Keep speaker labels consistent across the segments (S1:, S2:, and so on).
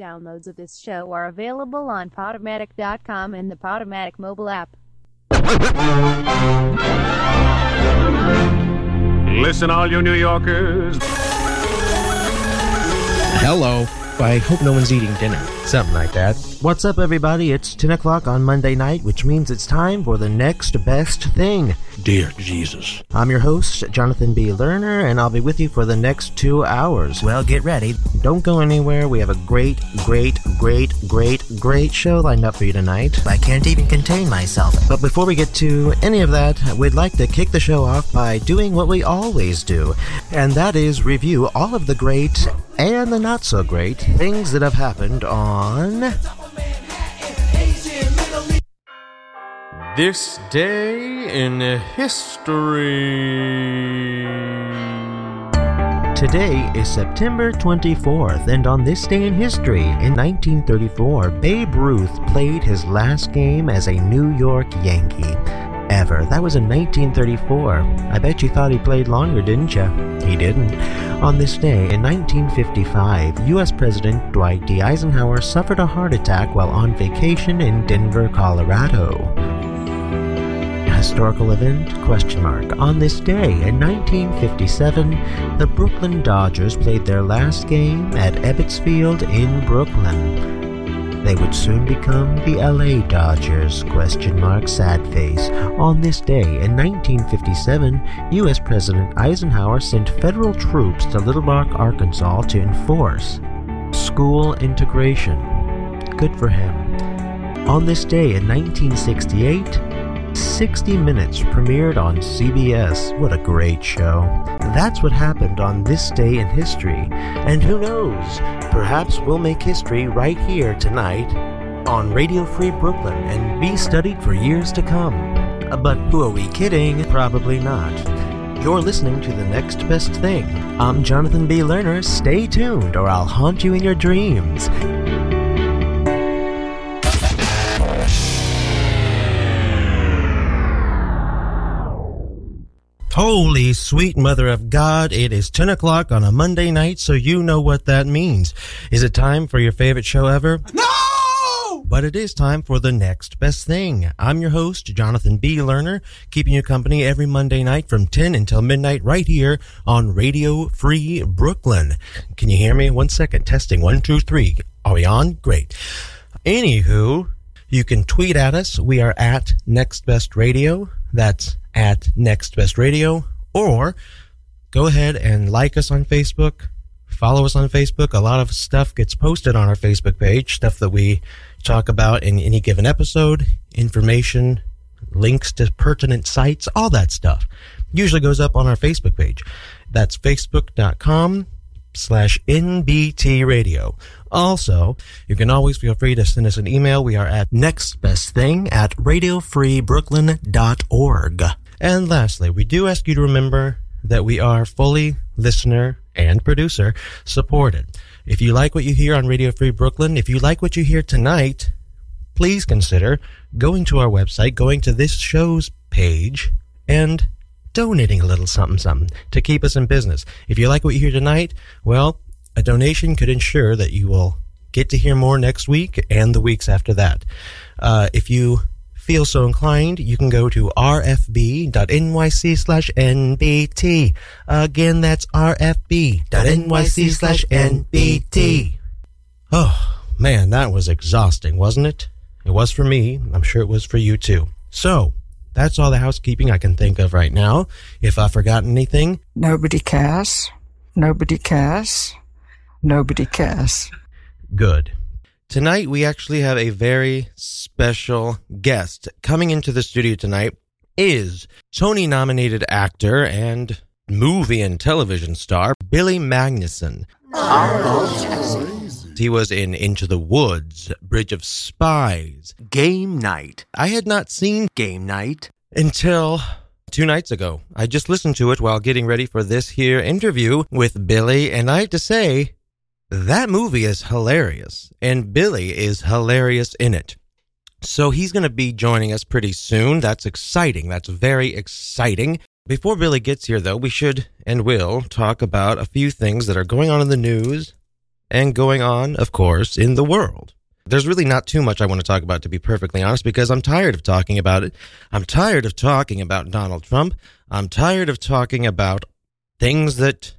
S1: Downloads of this show are available on Podomatic.com and the Podomatic mobile app.
S2: Listen, all you New Yorkers.
S3: Hello. I hope no one's eating dinner.
S4: Something like that. What's up, everybody? It's 10 o'clock on Monday night, which means it's time for the next best thing.
S5: Dear Jesus.
S4: I'm your host, Jonathan B. Lerner, and I'll be with you for the next two hours. Well, get ready. Don't go anywhere. We have a great, great, great, great, great show lined up for you tonight. I can't even contain myself. But before we get to any of that, we'd like to kick the show off by doing what we always do, and that is review all of the great and the not so great things that have happened on.
S6: This day in history.
S4: Today is September 24th, and on this day in history, in 1934, Babe Ruth played his last game as a New York Yankee. Ever. That was in 1934. I bet you thought he played longer, didn't you? He didn't. On this day, in 1955, U.S. President Dwight D. Eisenhower suffered a heart attack while on vacation in Denver, Colorado historical event question mark on this day in 1957 the brooklyn dodgers played their last game at ebbets field in brooklyn they would soon become the la dodgers question mark sad face on this day in 1957 u.s president eisenhower sent federal troops to little rock arkansas to enforce school integration good for him on this day in 1968 60 Minutes premiered on CBS. What a great show. That's what happened on this day in history. And who knows? Perhaps we'll make history right here tonight on Radio Free Brooklyn and be studied for years to come. Uh, But who are we kidding? Probably not. You're listening to The Next Best Thing. I'm Jonathan B. Lerner. Stay tuned or I'll haunt you in your dreams. Holy sweet mother of God, it is 10 o'clock on a Monday night, so you know what that means. Is it time for your favorite show ever? No! But it is time for the next best thing. I'm your host, Jonathan B. Lerner, keeping you company every Monday night from 10 until midnight right here on Radio Free Brooklyn. Can you hear me? One second. Testing. One, two, three. Are we on? Great. Anywho, you can tweet at us. We are at Next Best Radio. That's at Next Best Radio. Or go ahead and like us on Facebook. Follow us on Facebook. A lot of stuff gets posted on our Facebook page, stuff that we talk about in any given episode, information, links to pertinent sites, all that stuff. Usually goes up on our Facebook page. That's facebook.com slash NBT radio. Also, you can always feel free to send us an email. We are at nextbestthing at radiofreebrooklyn.org. And lastly, we do ask you to remember that we are fully listener and producer supported. If you like what you hear on Radio Free Brooklyn, if you like what you hear tonight, please consider going to our website, going to this show's page, and donating a little something something to keep us in business. If you like what you hear tonight, well, a donation could ensure that you will get to hear more next week and the weeks after that. Uh, if you feel so inclined, you can go to rfb.nyc slash nbt. Again, that's rfb.nyc slash nbt. Oh, man, that was exhausting, wasn't it? It was for me. I'm sure it was for you too. So, that's all the housekeeping I can think of right now. If I've forgotten anything,
S7: Nobody cares. Nobody cares. Nobody cares.
S4: good. Tonight, we actually have a very special guest. Coming into the studio tonight is Tony nominated actor and movie and television star Billy Magnuson. He was in Into the Woods, Bridge of Spies, Game Night. I had not seen Game Night until two nights ago. I just listened to it while getting ready for this here interview with Billy, and I have to say, that movie is hilarious, and Billy is hilarious in it. So he's going to be joining us pretty soon. That's exciting. That's very exciting. Before Billy gets here, though, we should and will talk about a few things that are going on in the news and going on, of course, in the world. There's really not too much I want to talk about, to be perfectly honest, because I'm tired of talking about it. I'm tired of talking about Donald Trump. I'm tired of talking about things that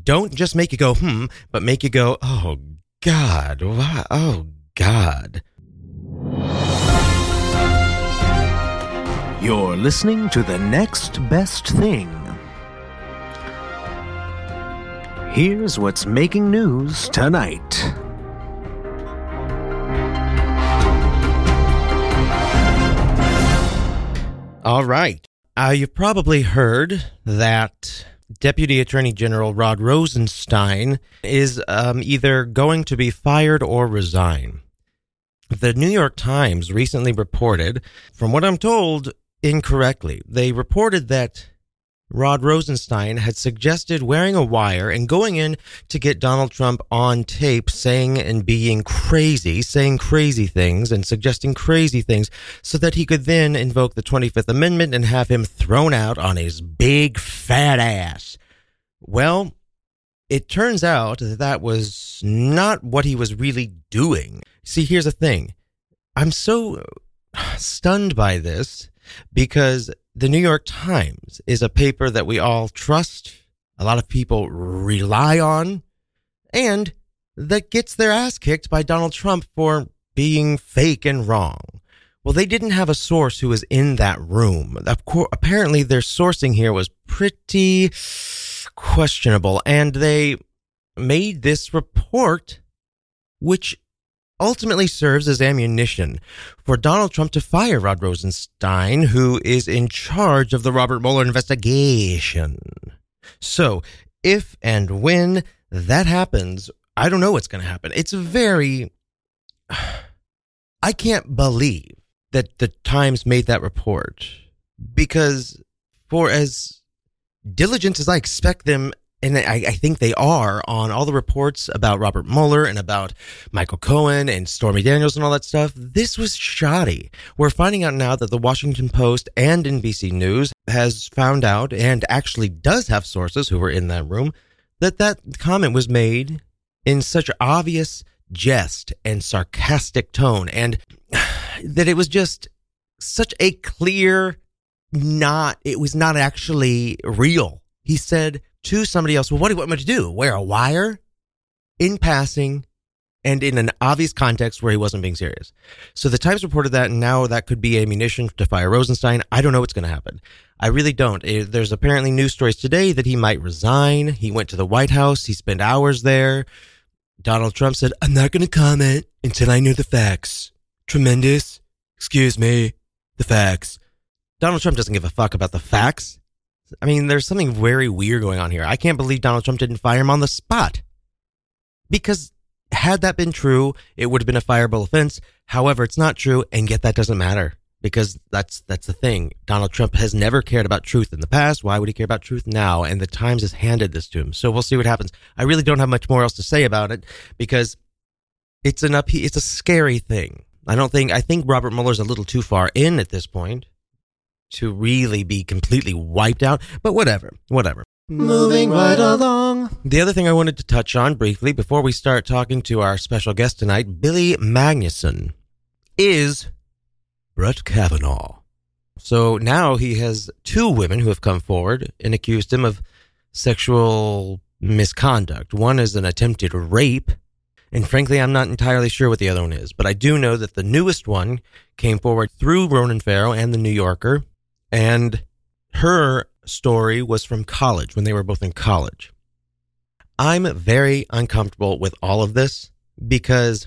S4: don't just make you go, hmm, but make you go, oh, God, why, oh, God.
S5: You're listening to the next best thing. Here's what's making news tonight.
S4: All right. Uh, you've probably heard that Deputy Attorney General Rod Rosenstein is um, either going to be fired or resign. The New York Times recently reported, from what I'm told, incorrectly. They reported that Rod Rosenstein had suggested wearing a wire and going in to get Donald Trump on tape saying and being crazy, saying crazy things and suggesting crazy things so that he could then invoke the 25th Amendment and have him thrown out on his big fat ass. Well, it turns out that that was not what he was really doing. See, here's the thing. I'm so stunned by this because the New York Times is a paper that we all trust, a lot of people rely on, and that gets their ass kicked by Donald Trump for being fake and wrong. Well, they didn't have a source who was in that room. Of course, apparently their sourcing here was pretty questionable, and they made this report, which ultimately serves as ammunition for Donald Trump to fire Rod Rosenstein, who is in charge of the Robert Mueller investigation. So, if and when that happens, I don't know what's going to happen. It's very. I can't believe that the Times made that report because, for as diligent as I expect them and I, I think they are on all the reports about Robert Mueller and about Michael Cohen and Stormy Daniels and all that stuff. This was shoddy. We're finding out now that the Washington Post and NBC News has found out and actually does have sources who were in that room that that comment was made in such obvious jest and sarcastic tone and that it was just such a clear not it was not actually real. He said to somebody else, well, what, do- what am I to do? Wear a wire in passing and in an obvious context where he wasn't being serious. So the Times reported that, and now that could be ammunition to fire Rosenstein. I don't know what's going to happen. I really don't. Eh, There's apparently news stories today that he might resign. He went to the White House, he spent hours there. Donald Trump said, I'm not going to comment until I know the facts. Tremendous. Excuse me. The facts. Donald Trump doesn't give a fuck about the facts. I mean, there's something very weird going on here. I can't believe Donald Trump didn't fire him on the spot. Because had that been true, it would have been a fireable offense. However, it's not true, and yet that doesn't matter because that's that's the thing. Donald Trump has never cared about truth in the past. Why would he care about truth now? And the Times has handed this to him. So we'll see what happens. I really don't have much more else to say about it because it's an up it's a scary thing. I don't think I think Robert Mueller's a little too far in at this point to really be completely wiped out, but whatever, whatever. Moving right along. The other thing I wanted to touch on briefly before we start talking to our special guest tonight, Billy Magnuson, is Brett Kavanaugh. So now he has two women who have come forward and accused him of sexual misconduct. One is an attempted rape, and frankly, I'm not entirely sure what the other one is, but I do know that the newest one came forward through Ronan Farrow and The New Yorker, and her story was from college when they were both in college. I'm very uncomfortable with all of this because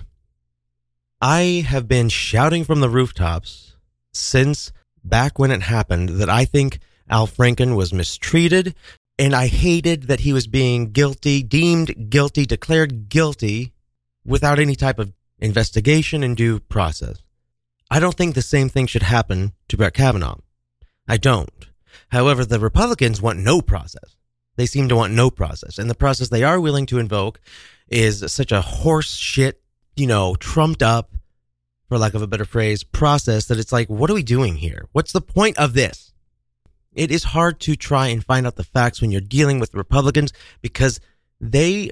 S4: I have been shouting from the rooftops since back when it happened that I think Al Franken was mistreated and I hated that he was being guilty, deemed guilty, declared guilty without any type of investigation and due process. I don't think the same thing should happen to Brett Kavanaugh. I don't. However, the Republicans want no process. They seem to want no process. And the process they are willing to invoke is such a horse shit, you know, trumped up, for lack of a better phrase, process that it's like, what are we doing here? What's the point of this? It is hard to try and find out the facts when you're dealing with Republicans because they,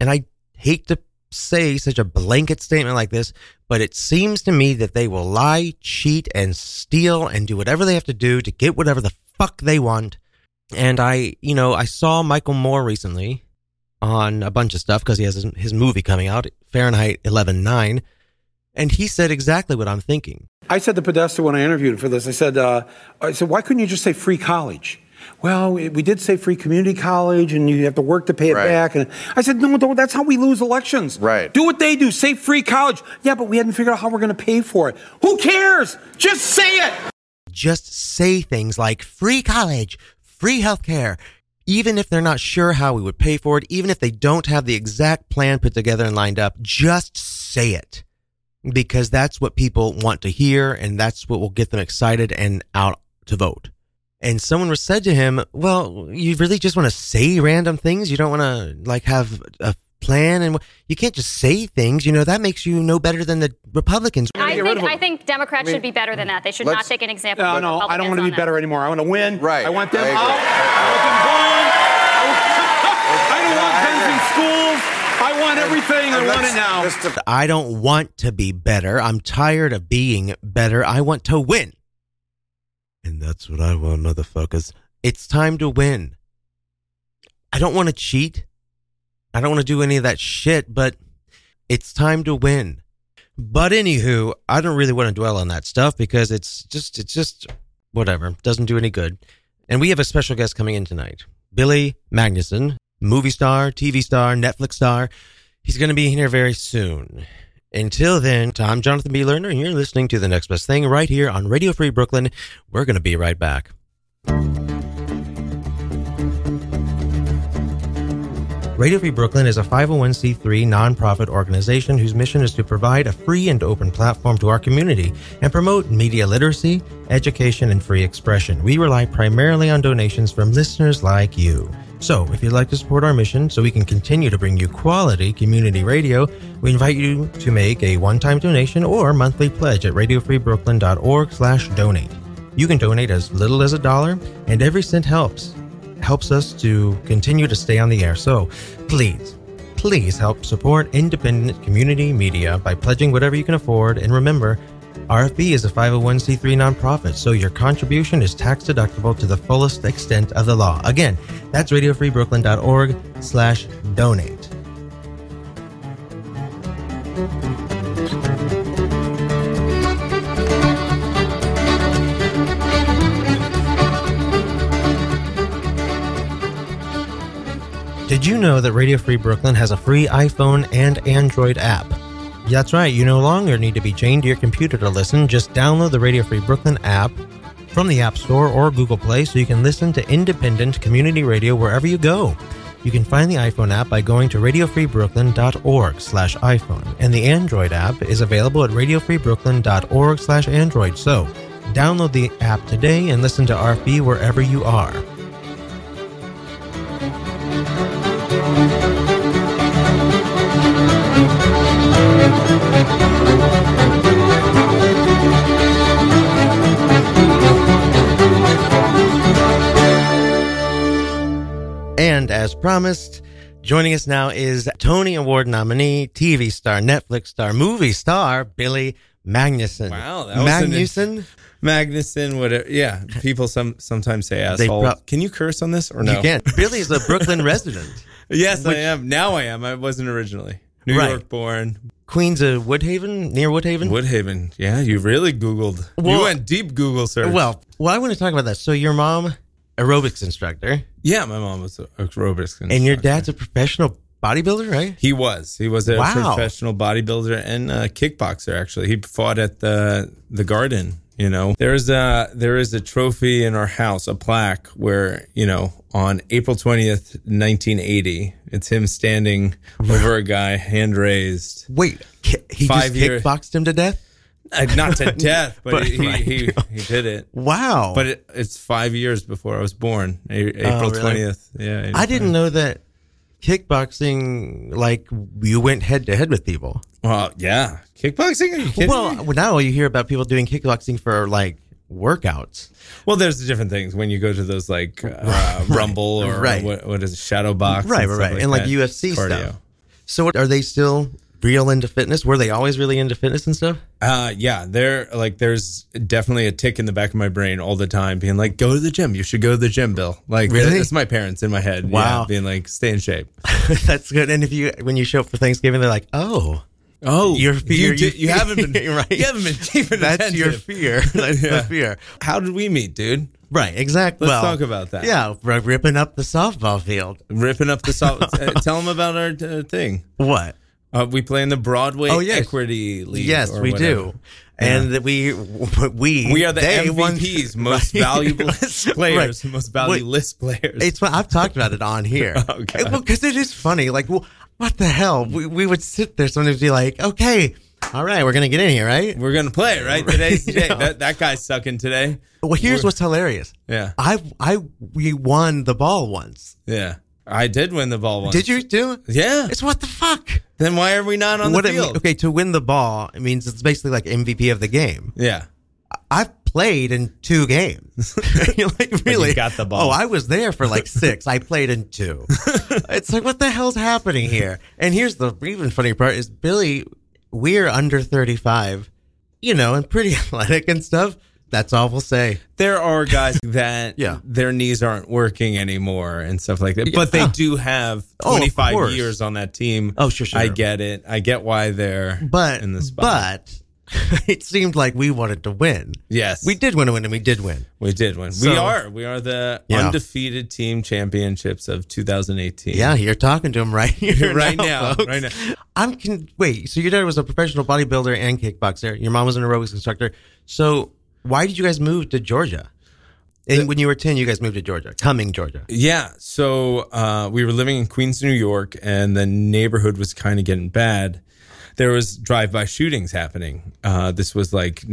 S4: and I hate to say such a blanket statement like this, but it seems to me that they will lie, cheat, and steal and do whatever they have to do to get whatever the fuck they want. And I, you know, I saw Michael Moore recently on a bunch of stuff because he has his, his movie coming out, Fahrenheit 11.9, and he said exactly what I'm thinking.
S8: I said to Podesta when I interviewed him for this, I said, uh, I said, why couldn't you just say free college? Well, we we did say free community college, and you have to work to pay it
S9: Right.
S8: back. And I said, no, no, that's how we lose elections.
S9: Right.
S8: Do what they do. Say free college. Yeah, but we hadn't figured out how we're going to pay for it. Who cares? Just say it.
S4: just say things like free college, free healthcare, even if they're not sure how we would pay for it, even if they don't have the exact plan put together and lined up, just say it because that's what people want to hear and that's what will get them excited and out to vote. And someone was said to him, "Well, you really just want to say random things. You don't want to like have a plan and you can't just say things. You know that makes you no better than the Republicans."
S10: I
S8: get rid
S10: think,
S8: of 'em.
S10: I think Democrats should be better than that. They should not
S9: let's-
S10: take an example.
S8: No,
S10: from
S8: "Uh, no, I don't
S10: Republicans
S8: want to be
S10: on
S8: better anymore. I want to win.
S9: Right.
S8: I want them
S9: I agree.
S8: out. I want them gone. I want- I don't want
S9: I
S8: guns in
S9: agree.
S8: schools. I want everything. I
S9: And
S8: want
S9: let's
S8: it now.
S9: just to-
S4: I don't want to be better. I'm tired of being better. I want to win. And that's what I want, motherfuckers. It's time to win. I don't want to cheat. I don't want to do any of that shit, but it's time to win. But anywho, I don't really want to dwell on that stuff because it's just it's just whatever. Doesn't do any good. And we have a special guest coming in tonight. Billy Magnuson, movie star, TV star, Netflix star. He's going to be here very soon. Until then, I'm Jonathan B. Lerner, and you're listening to The Next Best Thing right here on Radio Free Brooklyn. We're going to be right back. Radio Free Brooklyn is a 501c3 nonprofit organization whose mission is to provide a free and open platform to our community and promote media literacy, education, and free expression. We rely primarily on donations from listeners like you. So, if you'd like to support our mission so we can continue to bring you quality community radio, we invite you to make a one-time donation or monthly pledge at radiofreebrooklyn.org/donate. You can donate as little as a dollar, and every cent helps helps us to continue to stay on the air. So please, please help support independent community media by pledging whatever you can afford. And remember, RFB is a 501c3 nonprofit, so your contribution is tax deductible to the fullest extent of the law. Again, that's radiofreebrooklyn.org slash donate. Did you know that Radio Free Brooklyn has a free iPhone and Android app? That's right, you no longer need to be chained to your computer to listen. Just download the Radio Free Brooklyn app from the App Store or Google Play so you can listen to independent community radio wherever you go. You can find the iPhone app by going to radiofreebrooklyn.org slash iPhone, and the Android app is available at radiofreebrooklyn.org slash Android. So, download the app today and listen to RFB wherever you are. And as promised, joining us now is Tony Award nominee, TV star, Netflix star, movie star, Billy Magnuson.
S11: Wow, that was an-
S4: Magnuson?
S11: Magnuson, whatever. Yeah, people some sometimes say
S4: They
S11: asshole.
S4: prob-
S11: Can you curse on this or no?
S4: You can't. Billy is a Brooklyn resident.
S11: Yes, I am. Now I am. I wasn't originally. New
S4: Right.
S11: York born.
S4: Queens of Woodhaven, near Woodhaven?
S11: Woodhaven. Yeah, you really Googled.
S4: Well-
S11: you went deep Google search.
S4: Well, well, I want to talk about that. So your mom, aerobics instructor,
S11: yeah, my mom was a aerobics
S4: and your
S11: instructor.
S4: dad's a professional bodybuilder, right?
S11: He was. He was a
S4: Wow.
S11: professional bodybuilder and a kickboxer. Actually, he fought at the the Garden. You know, there's a there is a trophy in our house, a plaque where you know on April twentieth, nineteen eighty, it's him standing over a guy, hand raised,
S4: Wait, ki- he
S11: Five
S4: just
S11: year-
S4: kickboxed him to death?
S11: Uh, not to death, but,
S4: But,
S11: he,
S4: right.
S11: he he did it.
S4: Wow.
S11: But it, it's five years before I was born, A-
S4: Oh,
S11: April
S4: really?
S11: twentieth. Yeah,
S4: I didn't know that kickboxing, like, you went head to head with people.
S11: Well, yeah, kickboxing. Are you kidding
S4: Well,
S11: me?
S4: now you hear about people doing kickboxing for like workouts.
S11: Well, there's different things when you go to those like uh, Rumble or
S4: Right.
S11: what, what is it, Shadow Box,
S4: Right, right,
S11: stuff
S4: right. And, like,
S11: that.
S4: UFC stuff. So what- are they still real into fitness? Were they always really into fitness and stuff?
S11: Uh, yeah, there like there's definitely a tick in the back of my brain all the time, being like, "Go to the gym. You should go to the gym, Bill." Like,
S4: Really?
S11: That's my parents in my head. yeah,
S4: Wow.
S11: being like, "Stay in shape."
S4: That's good. And if you when you show up for Thanksgiving, they're like, oh,
S11: Oh,
S4: Your fear-
S11: You, di- you
S4: your-
S11: haven't been
S4: Right.
S11: You haven't been keeping
S4: that's your
S11: attentive.
S4: fear. That's
S11: Yeah.
S4: the fear.
S11: How did we meet, dude?
S4: Right. Exactly.
S11: Let's talk about that.
S4: Yeah, r- ripping up the softball field.
S11: Ripping up the salt. uh, tell them about our uh, thing.
S4: What?
S11: Uh, we play in the Broadway
S4: Oh, yes.
S11: Equity League.
S4: Yes,
S11: or
S4: we
S11: whatever.
S4: do. And that we we
S11: We are the
S4: they won-
S11: MVPs, most
S4: Right.
S11: valuable list players,
S4: Right.
S11: most
S4: Wait,
S11: valueless players.
S4: It's fun. I've talked about it on here.
S11: Oh, God.
S4: It- well, because it is funny. Like, wh- what the hell? We, we would sit there sometimes be like, okay, all right, we're gonna get in here, right?
S11: We're gonna play right today's the day.
S4: Yeah.
S11: That that guy's sucking today.
S4: Well, here's what's hilarious.
S11: Yeah,
S4: I I we won the ball once.
S11: yeah. I did win the ball once.
S4: Did you do?
S11: Yeah.
S4: It's what the fuck.
S11: Then why are we not on
S4: what
S11: the
S4: it mean-
S11: field?
S4: okay, to win the ball, it means it's basically like MVP of the game.
S11: Yeah.
S4: I've played in two games. You're like,
S11: you
S4: really?
S11: got the ball.
S4: Oh, I was there for like six. I played in two. it's like, what the hell's happening here? And here's the even funny part is Billy, we're under 35, you know, and pretty athletic and stuff. That's all we'll say.
S11: There are guys that
S4: Yeah.
S11: their knees aren't working anymore and stuff like that, but they
S4: Yeah.
S11: do have
S4: Oh, of
S11: 25
S4: course.
S11: years on that team.
S4: Oh, sure, sure.
S11: I get it. I get why they're
S4: But,
S11: in the spot.
S4: but it seemed like we wanted to win.
S11: yes,
S4: We did want to win and we did win.
S11: We did win. we
S4: So-
S11: are. We are the
S4: Yeah.
S11: undefeated team championships of 2018.
S4: Yeah, you're talking to him right here,
S11: Right now,
S4: now, folks.
S11: right now.
S4: I'm can wait. So your dad was a professional bodybuilder and kickboxer. Your mom was an aerobics instructor. So why did you guys move to Georgia? And when you were ten, you guys moved to Georgia, coming Georgia.
S11: Yeah. So uh, we were living in Queens, New York, and the neighborhood was kind of getting bad. There was drive-by shootings happening. Uh, this was like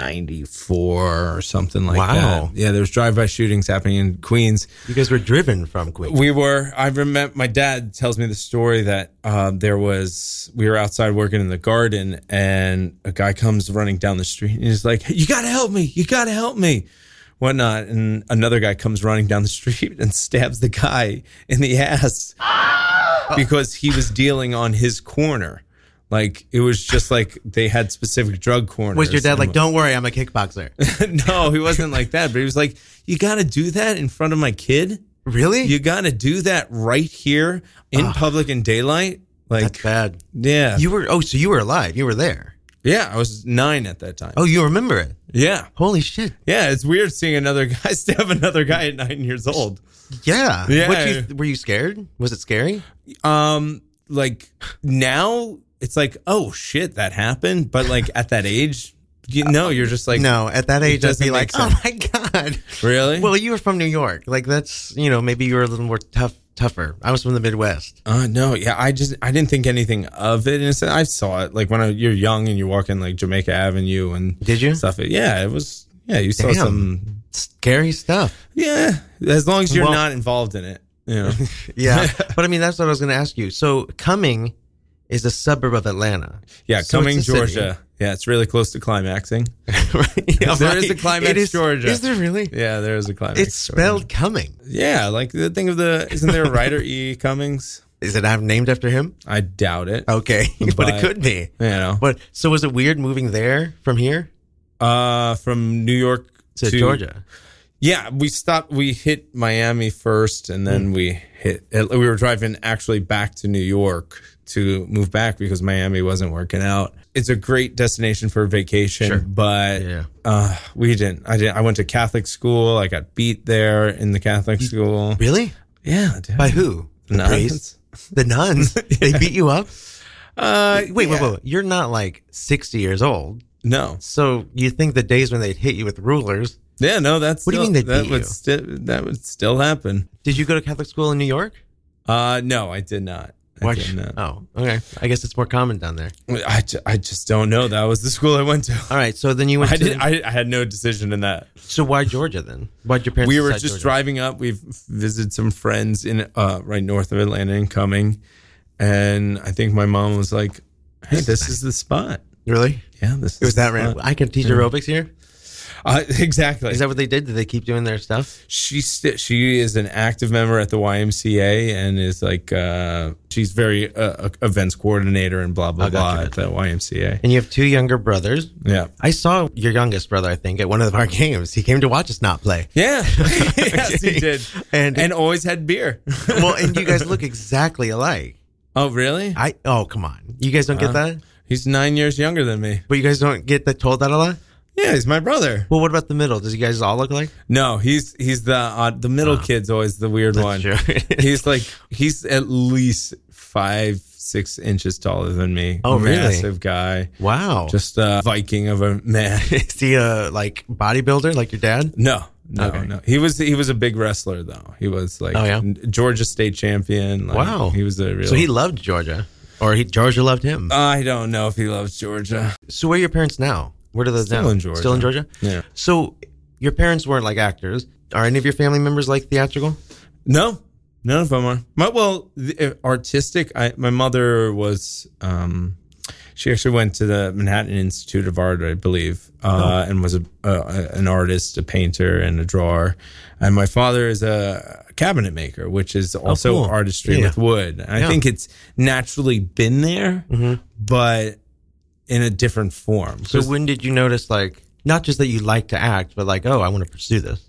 S11: 1994 or something like
S4: Wow.
S11: that. Yeah, there was drive-by shootings happening in Queens.
S4: You guys were driven from Queens.
S11: We were. I remember my dad tells me the story that um, there was. We were outside working in the garden, and a guy comes running down the street, and he's like, "You gotta help me! You gotta help me!" Whatnot, and another guy comes running down the street and stabs the guy in the ass because he was dealing on his corner. Like it was just like they had specific drug corners.
S4: was your dad
S11: and-
S4: like, "Don't worry, I'm a kickboxer"?
S11: no, he wasn't like that, but he was like, "You gotta do that in front of my kid."
S4: really?
S11: you gotta do that right here in public in daylight like
S4: Ah. That's bad.
S11: yeah
S4: You were oh, so you were alive. You were there.
S11: yeah i was nine at that time
S4: Oh, you remember it?
S11: yeah
S4: Holy shit!
S11: yeah it's weird seeing another guy stab another guy at nine years old
S4: Yeah.
S11: Yeah.
S4: What you, were you scared? Was it scary?
S11: um like now it's like oh shit that happened but like at that age you know you're just like
S4: no, at that age, I'd
S11: doesn't
S4: be
S11: make
S4: like,
S11: sense.
S4: "Oh my god."
S11: really
S4: Well, you were from New York. Like that's you know maybe you were a little more tough, tougher. I was from the Midwest.
S11: Uh, no, yeah, I just I didn't think anything of it. And so I saw it like when I, you're young and you walk in like Jamaica Avenue and
S4: Did you?
S11: stuff. Yeah, it was. Yeah, you saw
S4: Damn.
S11: some
S4: Scary stuff.
S11: Yeah, as long as you're
S4: Well-
S11: not involved in it. You know.
S4: Yeah, but I mean that's what I was going to ask you. So Cumming is a suburb of Atlanta.
S11: Yeah,
S4: So
S11: coming
S4: it's a city.
S11: Georgia. Yeah, it's really close to climaxing.
S4: right? Yeah,
S11: There is
S4: right.
S11: a climax,
S4: It is,
S11: Georgia.
S4: Is there really?
S11: Yeah, there is a climax.
S4: It's
S11: Georgia.
S4: spelled Cumming.
S11: Yeah, like the thing of the isn't there a writer E. Cummings?
S4: Is it I'm named after him?
S11: I doubt it.
S4: Okay, but,
S11: But-
S4: it could be.
S11: You know,
S4: But so was it weird moving there from here
S11: uh, from New York
S4: to, Georgia?
S11: Yeah, we stopped. We hit Miami first, and
S4: Mm.
S11: then we hit. We were driving actually back to New York to move back because Miami wasn't working out. It's a great destination for a vacation,
S4: Sure.
S11: but
S4: Yeah.
S11: uh, we didn't. I didn't. I went to Catholic school. I got beat there in the Catholic school.
S4: Really?
S11: Yeah, dude.
S4: By who? The
S11: Nuns.
S4: priests? The nuns? They beat you up?
S11: Uh,
S4: Wait,
S11: yeah.
S4: wait, wait, wait. You're not like 60 years old.
S11: No.
S4: So you think the days when they'd hit you with rulers?
S11: Yeah, no. That's
S4: What do you mean
S11: still-
S4: they
S11: that
S4: beat
S11: would
S4: you?
S11: sti- that would still happen?
S4: Did you go to Catholic school in New York?
S11: Uh, no, I did not. I
S4: Why-
S11: did not.
S4: Oh, okay. I guess it's more common down there.
S11: I, ju- I just don't know. That was the school I went to.
S4: All right. So then you went
S11: I
S4: to.
S11: did. I, I had no decision in that.
S4: so why Georgia then? Why'd your parents?
S11: we were
S4: decide
S11: just
S4: Georgia?
S11: driving up. We've visited some friends in uh, right north of Atlanta and coming, and I think my mom was like, "Hey, this is the spot."
S4: Really?
S11: Yeah, this
S4: It was
S11: is the
S4: that random.
S11: spot.
S4: I can teach aerobics here.
S11: Uh, exactly.
S4: Is that what they did? Did they keep doing their stuff?
S11: She's sti- she is an active member at the YMCA and is like uh, she's very uh, a- events coordinator and blah blah
S4: Oh, gotcha,
S11: blah at the YMCA.
S4: And you have two younger brothers.
S11: Yeah.
S4: I saw your youngest brother, I think, at one of our games. He came to watch us not play.
S11: Yeah. yes, he did.
S4: And-
S11: And and always had beer.
S4: Well, and you guys look exactly alike.
S11: oh, really?
S4: I oh come on, you guys don't get that.
S11: He's 9 years younger than me.
S4: But you guys don't get that told that a lot.
S11: Yeah, he's my brother.
S4: Well, what about the middle? Does you guys all look like?
S11: No, he's he's the uh, the middle kid's always the weird one.
S4: Ah. true.
S11: he's like he's at least five six inches taller than me.
S4: Oh, really? Oh.
S11: Massive guy,
S4: Wow. Just
S11: just a Viking of a man.
S4: is he a like bodybuilder like your dad?
S11: No, no,
S4: Okay.
S11: no. He was he was a big wrestler though. He was like
S4: Oh, yeah?
S11: Georgia state champion. Like,
S4: Wow.
S11: he was a real.
S4: So he loved Georgia, or he Georgia loved him.
S11: I don't know if he loves Georgia.
S4: so where are your parents now? Where do those
S11: Still
S4: now?
S11: in Georgia.
S4: Still in Georgia.
S11: Yeah.
S4: So your parents weren't like actors. Are any of your family members like theatrical?
S11: No, none of them are. My, well, the, uh, artistic. I, my mother was. Um, she actually went to the Manhattan Institute of Art, I believe, uh,
S4: Oh.
S11: and was a, uh, an artist, a painter, and a drawer. And my father is a cabinet maker, which is also
S4: Oh, cool.
S11: artistry
S4: Yeah.
S11: with wood. And
S4: Yeah. Mm-hmm.
S11: I think it's naturally been there, but in a different form.
S4: So
S11: 'Cause,
S4: when did you notice like not just that you like to act, but like oh I want to pursue this?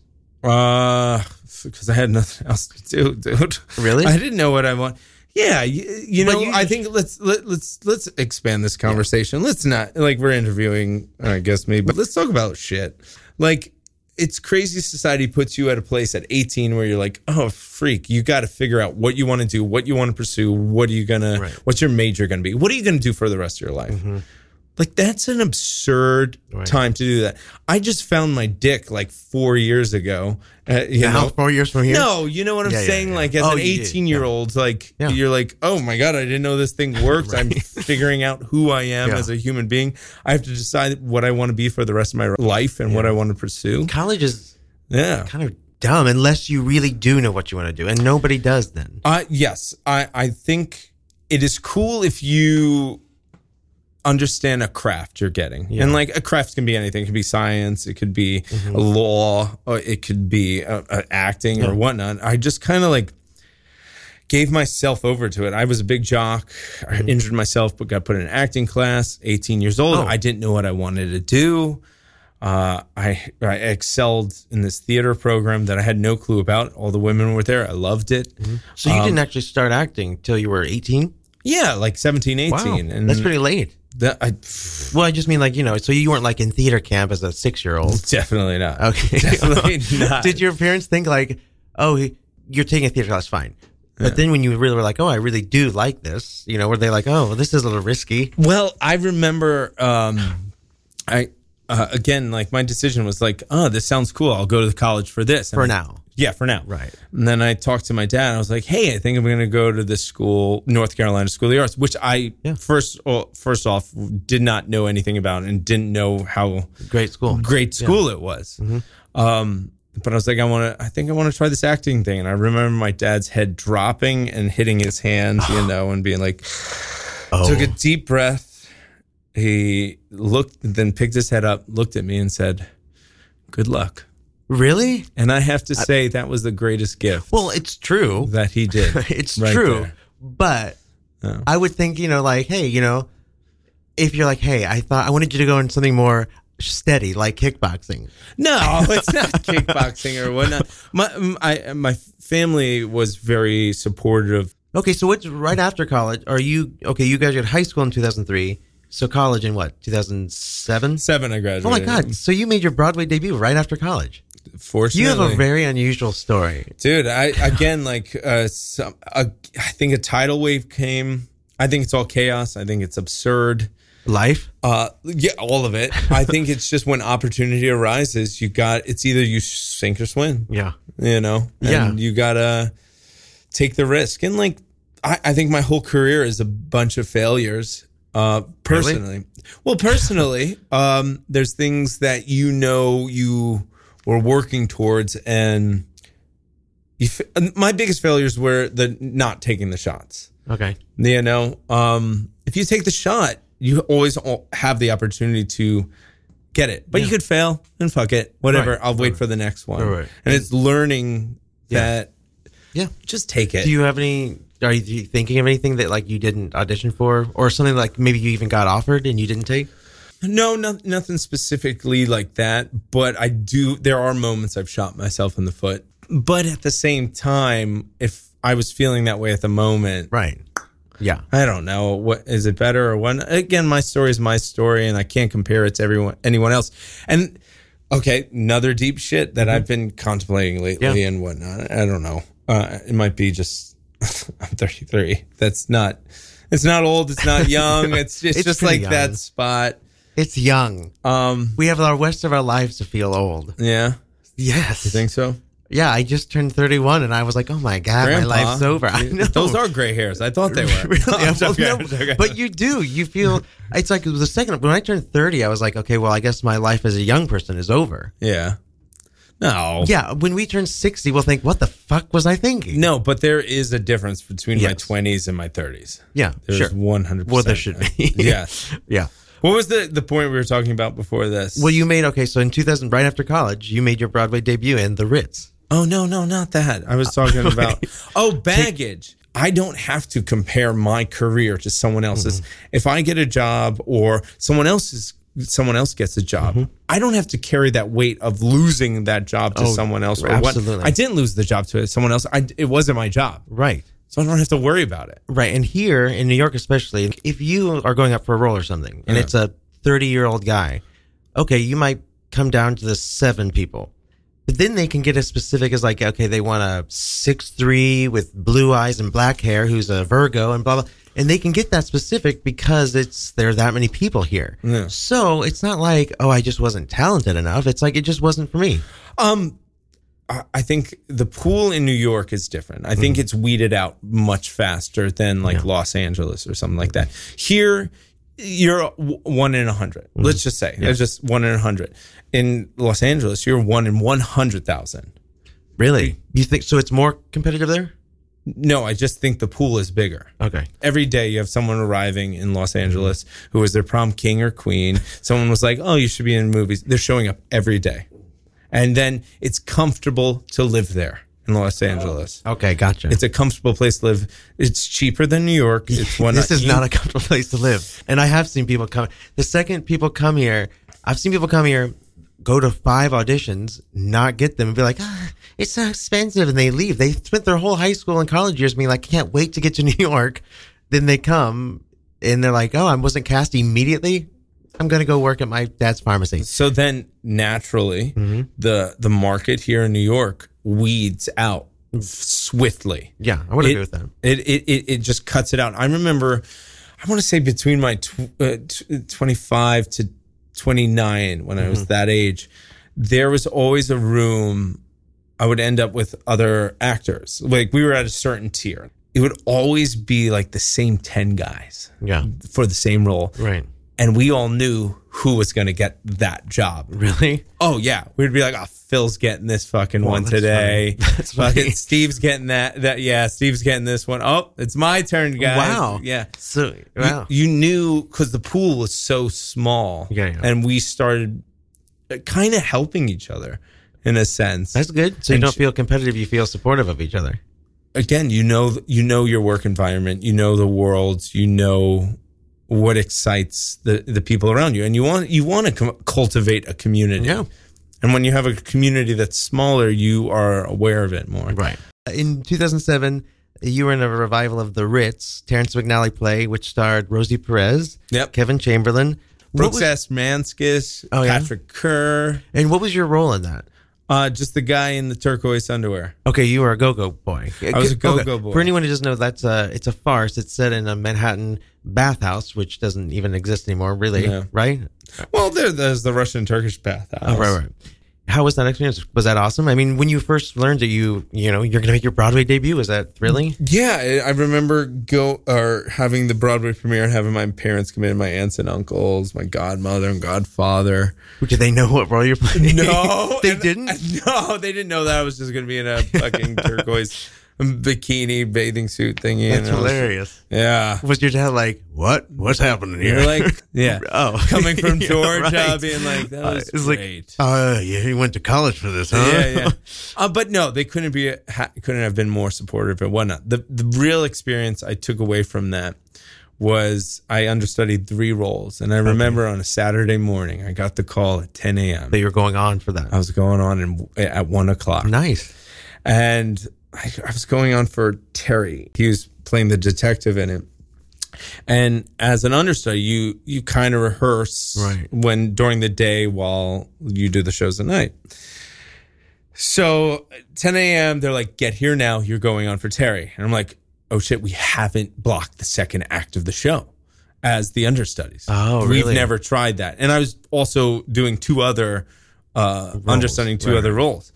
S11: uh, because I had nothing else to do, dude.
S4: Really?
S11: I didn't know what I want. Yeah, you, you
S4: But
S11: know,
S4: you-
S11: I think let's let, let's let's expand this conversation. Let's not like we're interviewing, uh, I guess me, but let's talk about shit. Like it's crazy society puts you at a place at 18 where you're like, "Oh, freak, you got to figure out what you want to do, what you want to pursue, what are you going to
S4: Right. Mm-hmm.
S11: what's your major going to be? What are you going to do for the rest of your life?" Like that's an absurd time to do that. I just found my dick like 4 years ago. Uh, you
S4: Now,
S11: know,
S4: four years from here.
S11: no, you know what I'm
S4: Yeah, yeah,
S11: saying?
S4: yeah.
S11: Like as
S4: Oh,
S11: an
S4: you did, yeah.
S11: 18 year old, like
S4: Yeah.
S11: you're like, oh my god, I didn't know this thing worked. I'm figuring out who I am
S4: Yeah.
S11: as a human being. I have to decide what I want to be for the rest of my life and what I want to pursue.
S4: college is
S11: Yeah.
S4: kind of dumb unless you really do know what you want to do, and nobody does then.
S11: Uh, yes, I, I think it is cool if you understand a craft you're getting.
S4: Yeah. Mm-hmm.
S11: And like a craft can be anything. It could be science, it could be law, or it could be uh, uh, acting or whatnot. I just kind of like gave myself over to it. I was a big jock. I injured myself, but got put in an acting class, 18 years old.
S4: Mm-hmm. Oh.
S11: I didn't know what I wanted to do. Uh, I, I excelled in this theater program that I had no clue about. All the women were there. I loved it.
S4: So
S11: Um,
S4: you didn't actually start acting till you were eighteen.
S11: Yeah, like 17, 18. And
S4: that's pretty late.
S11: that- I,
S4: Well, I just mean like you know, so you weren't like in theater camp as a six-year-old.
S11: definitely not.
S4: Okay,
S11: Definitely not.
S4: Did your parents think like, oh, he- you're taking a theater class, fine? But then when you really were like, oh, I really do like this, you know, were they like, oh, well, this is a little risky?
S11: Well, I remember, um, I, uh, again, like my decision was like, oh, this sounds cool. I'll go to the college for this.
S4: For
S11: And I-
S4: now.
S11: Yeah, for now.
S4: Right.
S11: And then I talked to my dad. And I was like, hey, I think I'm going to go to this school, North Carolina School of the Arts, which I
S4: Yeah.
S11: first, o- first off did not know anything about and didn't know how
S4: Great school.
S11: great school it was.
S4: Mm-hmm.
S11: Um, but I was like, I want to. I think I want to try this acting thing. And I remember my dad's head dropping and hitting his hands, you know, and being like,
S4: Oh.
S11: took a deep breath. He looked, then picked his head up, looked at me, and said, "Good luck."
S4: Really?
S11: And I have to say, that was the greatest gift
S4: Well, it's true.
S11: that he did.
S4: it's
S11: right
S4: true.
S11: there.
S4: But
S11: Yeah.
S4: I would think, you know, like, hey, you know, if you're like, hey, I thought I wanted you to go in something more steady, like kickboxing.
S11: No, it's not kickboxing or whatnot. My I, my family was very supportive.
S4: Okay, so what's right after college? Are you okay? You graduated high school in 2003. So college in what 2007?
S11: Seven, I graduated.
S4: Oh my God! So you made your Broadway debut right after college.
S11: Fortunately,
S4: You have a very unusual story.
S11: dude i again like uh some a, i think a tidal wave came i think it's all chaos i think it's absurd
S4: Life.
S11: uh yeah all of it i think it's just when opportunity arises you got it's either you sink or swim
S4: Yeah.
S11: you know and
S4: Yeah.
S11: you gotta take the risk and like I, I think my whole career is a bunch of failures uh personally well personally um there's things that you know you were working towards and you f- and my biggest failures were the not taking the shots
S4: Okay.
S11: you know um if you take the shot you always al- have the opportunity to get it. But you could fail and fuck it. Whatever.
S4: Right.
S11: I'll wait for the next one.
S4: Right.
S11: And it's learning that
S4: Yeah.
S11: just take it.
S4: Do you have any? Are you thinking of anything that like you didn't audition for, or something like maybe you even got offered and you didn't take?
S11: No, no, nothing specifically like that. But I do. There are moments I've shot myself in the foot. But at the same time, if I was feeling that way at the moment,
S4: Right. Yeah.
S11: I don't know what is it better or when. Again, my story is my story, and I can't compare it to everyone anyone else. And okay, another deep shit that I've been contemplating lately
S4: Mm-hmm. Yeah.
S11: and whatnot. I don't know. Uh, it might be just I'm 33. That's not. It's not old. It's not young. It's just,
S4: It's
S11: just
S4: pretty
S11: like that
S4: young.
S11: spot.
S4: It's young.
S11: Um.
S4: We have our rest of our lives to feel old.
S11: Yeah.
S4: Yes.
S11: Think so?
S4: Yeah, I just turned 31 and I was like, oh my God, my life's over. I know.
S11: Those are gray hairs. I thought they were.
S4: really,
S11: I'm
S4: well,
S11: joking,
S4: no,
S11: I'm joking.
S4: but you do. You feel it's like the second when I turned 30, I was like, okay, well, I guess my life as a young person is over.
S11: yeah. No.
S4: Yeah, when we turn 60, we'll think, what the fuck was I thinking?
S11: No, but there is a difference between my
S4: Yes.
S11: 20s and my 30s.
S4: Yeah,
S11: There's
S4: sure.
S11: 100%.
S4: Well, there should be.
S11: yes.
S4: Yeah.
S11: What was the, the point we were talking about before this?
S4: Well, you made okay. So in 2000, right after college, you made your Broadway debut in The Ritz.
S11: Oh, no, no, not that. I was
S4: Uh,
S11: talking about, oh, baggage. I don't have to compare my career to someone else's.
S4: Mm-hmm.
S11: If I get a job or someone else's, someone else gets a job,
S4: Mm-hmm.
S11: I don't have to carry that weight of losing that job to
S4: Oh,
S11: someone else. Or
S4: absolutely.
S11: What. I didn't lose the job to someone else. I, it wasn't my job.
S4: Right.
S11: So I don't have to worry about it.
S4: Right. And here in New York, especially, if you are going up for a role or something and
S11: Yeah.
S4: it's a 30 year old guy, okay, you might come down to the seven people. But then they can get as specific as like, okay, they want a six three with blue eyes and black hair who's a Virgo and blah blah. And they can get that specific because it's there are that many people here.
S11: Yeah.
S4: So it's not like, oh, I just wasn't talented enough. It's like it just wasn't for me.
S11: Um, I I think the pool in New York is different. I think it's weeded out much faster than like Los Angeles or something like that. Here, you're w- one in a 100 let Let's just say it's just one in a hundred. In Los Angeles, you're one in one hundred thousand.
S4: Really? You think so it's more competitive there?
S11: No, I just think the pool is bigger.
S4: Okay.
S11: Every day you have someone arriving in Los Angeles who was their prom king or queen. Someone was like, "Oh, you should be in movies." They're showing up every day, and then it's comfortable to live there in Los Angeles.
S4: Okay, gotcha.
S11: It's a comfortable place to live. It's cheaper than New York. It's one.
S4: this is
S11: you-
S4: not a comfortable place to live. And I have seen people come. The second people come here, I've seen people come here, go to five auditions, not get them, and be like, ah, it's so expensive, and they leave. They spent their whole high school and college years being like, I can't wait to get to New York. Then they come and they're like, oh, I wasn't cast immediately. I'm gonna go work at my dad's pharmacy.
S11: So then naturally,
S4: Mm-hmm.
S11: the the market here in New York weeds out swiftly.
S4: Yeah, I would
S11: It-
S4: agree with that.
S11: It it, it it just cuts it out. I remember, I want to say between my tw- uh, tw- 25 to 29 when I was
S4: Mm-hmm.
S11: that age, there was always a room I would end up with other actors. Like we were at a certain tier. It would always be like the same 10 guys
S4: Yeah,
S11: for the same role.
S4: right.
S11: And we all knew who was going to get that job.
S4: Really?
S11: Oh yeah, we'd be like, "Oh, Phil's getting this fucking one
S4: that's
S11: today.
S4: funny. That's
S11: fucking
S4: funny.
S11: Steve's getting that. That yeah, Steve's getting this one. Oh, it's my turn, guys.
S4: Wow.
S11: yeah."
S4: So
S11: You-
S4: wow.
S11: You, knew because the pool was so small,
S4: Yeah, yeah.
S11: and we started kind of helping each other in a sense.
S4: That's good. So you
S11: And
S4: don't
S11: sh-
S4: feel competitive. You feel supportive of each other.
S11: Again, you know, you know your work environment, you know the world, you know what excites the the people around you, and you want you want to com- cultivate a community. And when you have a community that's smaller, you are aware of it more.
S4: Right. Uh, In 2007, you were in a revival of The Ritz, Terrence McNally play, which starred Rosie Perez,
S11: Yep.
S4: Kevin Chamberlain. What
S11: Brooks
S4: was,
S11: S. Manskis,
S4: Oh, yeah?
S11: Patrick Kerr,
S4: and what was your role in that?
S11: uh, just the guy in the turquoise underwear.
S4: Okay, you were a go-go boy.
S11: I was a go-go boy.
S4: For anyone who doesn't know, that's a it's a farce. It's set in a Manhattan bathhouse, which doesn't even exist anymore, really.
S11: Yeah.
S4: Right?
S11: Well, there, there's the Russian Turkish bathhouse.
S4: Oh, right, right. How was that experience? Was that awesome? I mean, when you first learned that you you know you're gonna make your Broadway debut, was that thrilling?
S11: Yeah, I- I remember go or having the Broadway premiere and having my parents come in, my aunts and uncles, my godmother and godfather.
S4: Did they know what role you're playing?
S11: No,
S4: they
S11: and-
S4: didn't.
S11: No, they didn't know that I was just going to be in a fucking turquoise bikini bathing suit thingy.
S9: That's
S11: and I was-
S9: hilarious.
S11: Yeah.
S9: Was your dad like, what? What's happening here?
S11: You're like, yeah.
S9: oh,
S11: Coming from
S9: Yeah,
S11: Georgia,
S9: right.
S11: being like, that
S9: Uh,
S11: was
S9: it's like,
S11: great.
S4: uh,
S9: Oh, yeah, he went to college for this, huh?
S11: Yeah, yeah. Uh, but no, they couldn't be ha- couldn't have been more supportive and whatnot. The the real experience I took away from that was I understudied three roles, and I remember on a Saturday morning I got the call at 10 a.m.
S4: That you were going on for that.
S11: I was going on in, at one o'clock.
S4: Nice.
S11: And I, I was going on for Terry. He was playing the detective in it. And as an understudy, you you kind of rehearse
S9: Right.
S11: when during the day while you do the shows at night. So 10 a.m. They're like, get here now. You're going on for Terry, and I'm like, oh shit, we haven't blocked the second act of the show as the understudies.
S4: Oh,
S11: We've
S4: really?
S11: never tried that. And I was also doing two other uh, understudying two
S4: right,
S11: other roles.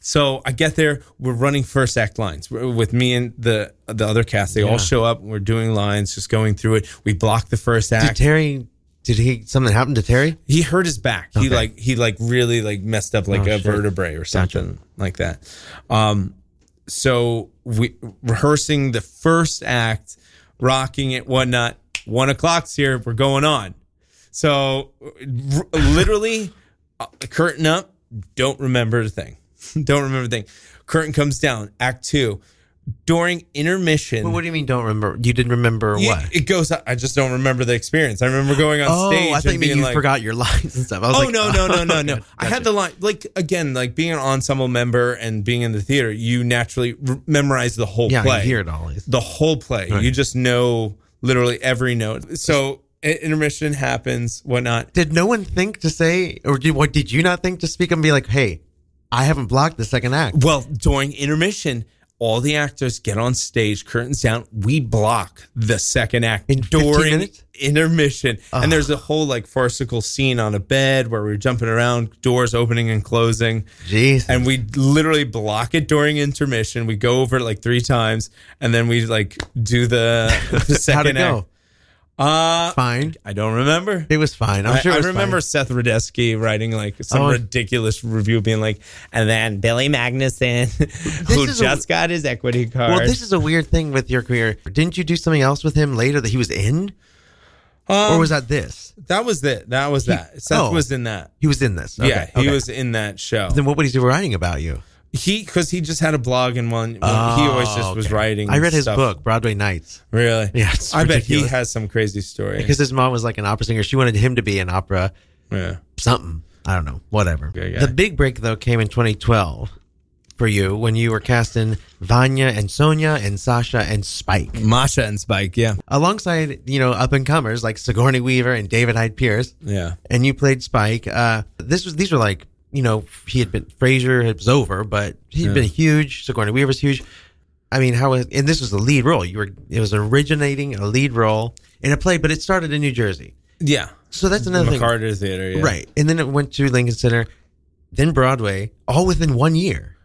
S11: So I get there. We're running first act lines We're- with me and the the other cast. They all show up. We're doing lines, just going through it. We block the first act.
S4: Did Terry? Did he? Something happened to Terry?
S11: He hurt his back. He
S4: Okay.
S11: like he like really like messed up like
S4: Oh,
S11: a
S4: shit.
S11: vertebrae or something like that. Um so we rehearsing the first act, rocking it, whatnot. One o'clock's here, we're going on. So r- literally uh, curtain up, don't remember the thing. don't remember the thing. Curtain comes down, act two. During intermission,
S4: Well, what do you mean? Don't remember? You didn't remember
S11: Yeah,
S4: what?
S11: it goes. I just don't remember the experience. I remember going on
S4: oh,
S11: stage.
S4: I thought
S11: and
S4: you meant
S11: being
S4: you
S11: like,
S4: forgot your lines and stuff. I was
S11: oh
S4: like,
S11: no no no no no!
S4: okay,
S11: I had the line like again like being an ensemble member and being in the theater, you naturally re- memorize the whole
S4: yeah,
S11: play,
S4: I hear it always.
S11: the whole play.
S4: Right.
S11: You just know literally every note. So i- intermission happens, whatnot.
S4: Did no one think to say, or did what? Did you not think to speak and be like, hey, I haven't blocked the second act?
S11: Well, during intermission, all the actors get on stage, curtains down. We block the second act
S4: In 15
S11: during
S4: minutes?
S11: intermission.
S4: Ah.
S11: And there's a whole like farcical scene on a bed where we're jumping around, doors opening and closing.
S4: Jeez.
S11: And we literally block it during intermission. We go over it like three times and then we like do the, the
S4: How'd it
S11: second
S4: go?
S11: act. Uh,
S4: Fine.
S11: I don't remember.
S4: It was fine. I'm
S11: I,
S4: sure.
S11: I
S4: it was
S11: remember
S4: fine.
S11: Seth Rudetsky writing like some
S4: Oh.
S11: ridiculous review, being like, and then Billy Magnuson, who
S4: is a-
S11: just got his equity card.
S4: Well, this is a weird thing with your career. Didn't you do something else with him later that he was in,
S11: Um,
S4: or was that this?
S11: that was it? That was that. Seth
S4: oh.
S11: was in that.
S4: He was in this. Okay,
S11: yeah, he
S4: okay.
S11: was in that show.
S4: Then what would he be writing about you?
S11: he because he just had a blog and one. he always just was
S4: Oh, okay.
S11: writing.
S4: I read his
S11: stuff.
S4: book, Broadway Nights,
S11: Really?
S4: Yeah, it's
S11: I bet he
S4: ridiculous.
S11: has some crazy story.
S4: because his mom was like an opera singer. She wanted him to be an opera
S11: yeah.
S4: something. I don't know. Whatever.
S11: Good guy.
S4: The big break though came in 2012 for you when you were casting Vanya and Sonia and Sasha and Spike
S11: Masha and Spike. Yeah.
S4: alongside you know up and comers like Sigourney Weaver and David Hyde Pierce.
S11: Yeah.
S4: and you played Spike. Uh, this was these were like you know he had been Frasier it was over, but he had been huge. Sigourney Weaver's huge. I mean, how was and this was the lead role. You were it was originating a lead role in a play, but it started in New Jersey.
S11: Yeah.
S4: So that's another thing,
S11: McCarter Theater. Yeah.
S4: right? And then it went to Lincoln Center, then Broadway, all within one year.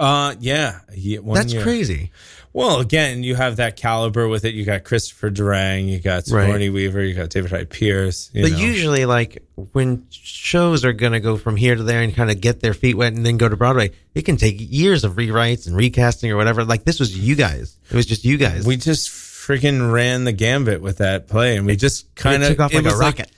S11: Uh. Yeah. He, one
S4: that's
S11: year.
S4: crazy.
S11: Well, again, you have that caliber with it. You got Christopher Durang, you got Sigourney Weaver, you got David Hyde Pierce. You
S4: but
S11: know.
S4: usually, like when shows are going to go from here to there and kind of get their feet wet and then go to Broadway, it can take years of rewrites and recasting or whatever. Like this was you guys. It was just you guys.
S11: we just freaking ran the gambit with that play, and we just kind of
S4: it took off like a
S11: was
S4: rocket.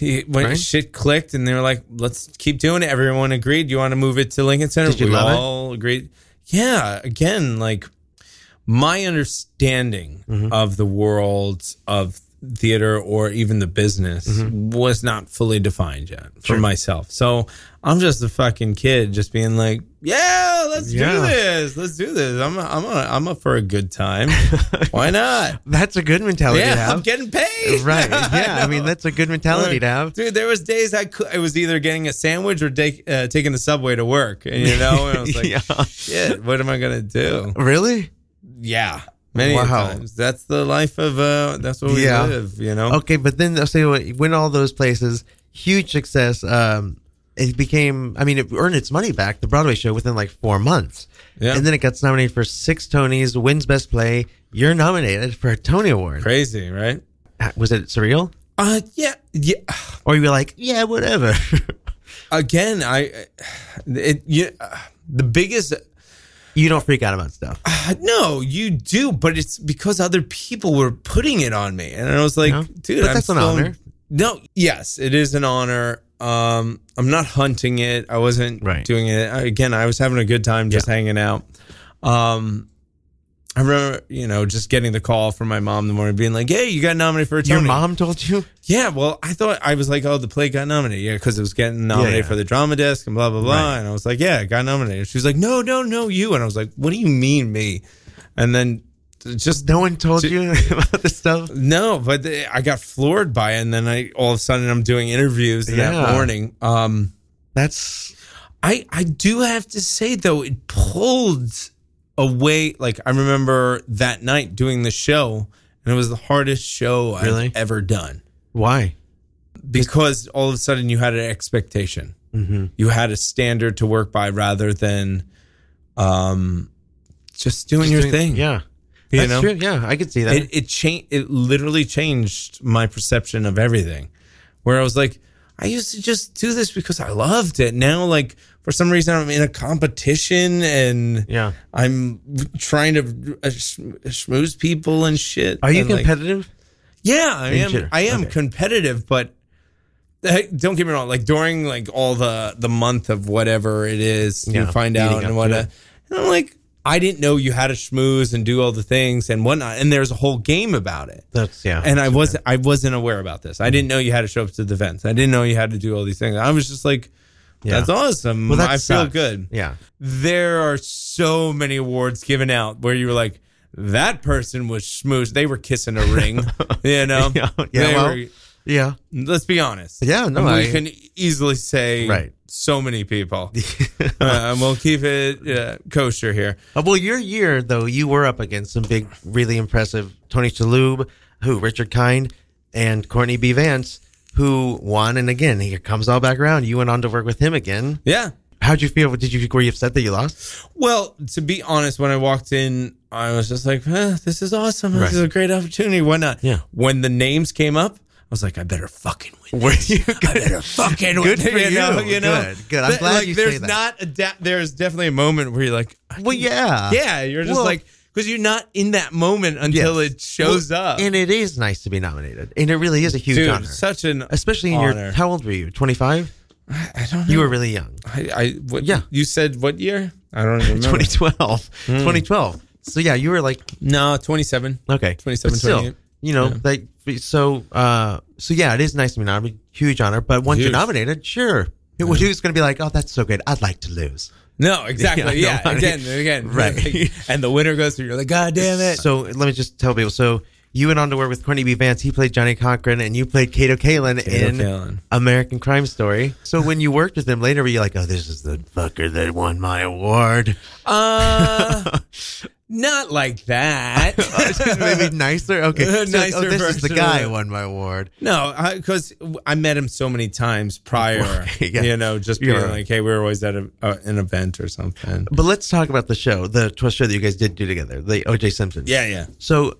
S11: it- when
S4: Right?
S11: shit clicked, and they were like, "Let's keep doing it." Everyone agreed. You want to move it to Lincoln Center?
S4: Did you
S11: we
S4: love it?
S11: all agreed. Yeah. Again, like my understanding
S4: Mm-hmm.
S11: of the world of theater or even the business
S4: Mm-hmm.
S11: was not fully defined yet for myself. So I'm just a fucking kid, just being like, "Yeah, let's do
S4: Yeah.
S11: this. Let's do this. I'm I'm I'm up for a good time. Why not?"
S4: that's a good mentality to
S11: Yeah,
S4: Oh, have.
S11: I'm getting paid.
S4: right. Yeah. I, mean,
S11: know.
S4: that's a good mentality to have.
S11: Dude, there was days I could, I was either getting a sandwich or take, uh, taking the subway to work, and you know, and I was like,
S4: Yeah.
S11: shit, what am I gonna do?
S4: Really?
S11: Yeah, many
S4: Wow.
S11: times. That's the life of uh, that's what we
S4: Yeah.
S11: live, you know.
S4: Okay, but then so it went all those places, huge success. Um, it became, I mean, it earned its money back. The Broadway show within like four months,
S11: Yeah.
S4: and then it got nominated for six Tonys, wins Best Play. You're nominated for a Tony Award.
S11: Crazy, right?
S4: Uh, Was it surreal,
S11: Uh, yeah, yeah.
S4: or you were like, yeah, whatever?
S11: uh, Again, I, it, you, the biggest
S4: You don't freak out about stuff.
S11: Uh, no, you do, but it's because other people were putting it on me, and I was like,
S4: No,
S11: dude,
S4: but
S11: I'm
S4: that's an
S11: still-
S4: honor.
S11: No, yes, it is an honor. Um, I'm not hunting it. I wasn't doing it I- again. I was having a good time just hanging out. Um, I remember, you know, just getting the call from my mom in the morning, being like, "Hey, you got nominated for a Tony."
S4: Your mom told you?
S11: Yeah, well, I thought I was like, oh, the play got nominated, yeah, because it was getting nominated
S4: yeah.
S11: for the drama desk and blah blah blah.
S4: Right.
S11: And I was like, yeah, it got nominated. She was like, no, no, no, you. And I was like, what do you mean me? And then just
S4: no one told you about this stuff.
S11: No, but they- I got floored by it, and then I all of a sudden I'm doing interviews that
S4: Yeah.
S11: morning. Um,
S4: That's
S11: I I do have to say though, it pulled away. Like I remember that night doing the show, and it was the hardest show
S4: Really?
S11: I've ever done
S4: Why?
S11: because all of a sudden you had an expectation.
S4: Mhm.
S11: You had a standard to work by rather than um, just doing
S4: Just
S11: your
S4: doing-
S11: thing.
S4: yeah.
S11: You
S4: That's
S11: know?
S4: true. Yeah, I could see that.
S11: It, it changed. It literally changed my perception of everything. Where I was like, I used to just do this because I loved it. Now, like for some reason, I'm in a competition and
S4: yeah,
S11: I'm trying to uh, sh- schmooze people and shit.
S4: Are you
S11: And, like-
S4: competitive?
S11: yeah, I
S4: Are you
S11: am.
S4: sure?
S11: I am
S4: Okay.
S11: competitive, but hey, don't get me wrong. Like during like all the the month of whatever it is,
S4: Yeah,
S11: you find
S4: leading
S11: out
S4: up to
S11: and what. uh,
S4: it.
S11: And I'm like, I didn't know you had to schmooze and do all the things and whatnot. And there's a whole game about it.
S4: That's Mm. yeah.
S11: And I wasn't I wasn't aware about this. I didn't know you had to show up to the events. I didn't know you had to do all these things. I was just like,
S4: Yeah.
S11: that's awesome.
S4: Well, that
S11: I feel
S4: sucks.
S11: good
S4: Yeah.
S11: there are so many awards given out where you were like, that person was schmoozed. They were kissing a ring, you know.
S4: Yeah, yeah,
S11: They
S4: well,
S11: were-
S4: Yeah.
S11: let's be honest.
S4: Yeah, no,
S11: we
S4: I-
S11: can easily say
S4: Right.
S11: so many people, uh, and we'll keep it uh, kosher here.
S4: Uh, well, your year though, you were up against some big, really impressive Tony Shalhoub, who Richard Kind, and Courtney B. Vance, who won. And again, here comes all back around. You went on to work with him again.
S11: Yeah.
S4: How'd you feel? Did you were you upset that you lost?
S11: Well, to be honest, when I walked in, I was just like, eh, "This is awesome.
S4: Right.
S11: This is a great opportunity. Why not?"
S4: Yeah.
S11: When the names came up, I was like, "I better fucking win."
S4: Were you
S11: I better fucking
S4: Good
S11: win.
S4: for
S11: you. Know,
S4: you.
S11: you know?
S4: Good, good. I'm
S11: But,
S4: glad
S11: like,
S4: you say
S11: there's
S4: that.
S11: not a da- there's definitely a moment where you're like, I
S4: Well,
S11: can-
S4: yeah.
S11: yeah. You're just
S4: Well-
S11: like because you're not in that moment until
S4: Yes.
S11: it shows
S4: Well,
S11: up.
S4: and it is nice to be nominated, and it really is a huge
S11: Dude,
S4: honor.
S11: such an
S4: Especially in
S11: honor.
S4: your how old were you? Twenty five.
S11: I don't know.
S4: You were really young.
S11: I, I what,
S4: Yeah.
S11: You said what year? I don't even remember. Hmm.
S4: 2012. 2012. So yeah, you were like
S11: no, 27.
S4: okay,
S11: 27,
S4: But still,
S11: 28.
S4: you know,
S11: Yeah.
S4: like so. uh So yeah, it is nice to be nominated. Huge honor. But once
S11: Huge.
S4: you're nominated, sure, who's going to be like, oh, that's so good. I'd like to lose.
S11: No, exactly.
S4: Yeah,
S11: Yeah,
S4: no,
S11: again,
S4: I-
S11: again,
S4: right.
S11: and the winner goes through. You're like, God damn it!
S4: So let me just tell people. So you went on to work with Courtney B. Vance. He played Johnny Cochran, and you played Cato Kalin
S11: Kato
S4: in
S11: Kaelin.
S4: American Crime Story. So when you worked with him later, were you like, oh, this is the fucker that won my award?
S11: uh, not like that.
S4: Maybe nicer. Okay, So,
S11: Nicer
S4: oh, this is the
S11: version of
S4: guy
S11: it.
S4: who won my award.
S11: No, because I, met him so many times prior.
S4: Yeah.
S11: You know, just
S4: You're
S11: being
S4: right.
S11: like, "Hey, we were always at a, uh, an event or something."
S4: But let's talk about the show, the twist show that you guys did do together, the OJ Simpson.
S11: Yeah, yeah.
S4: So,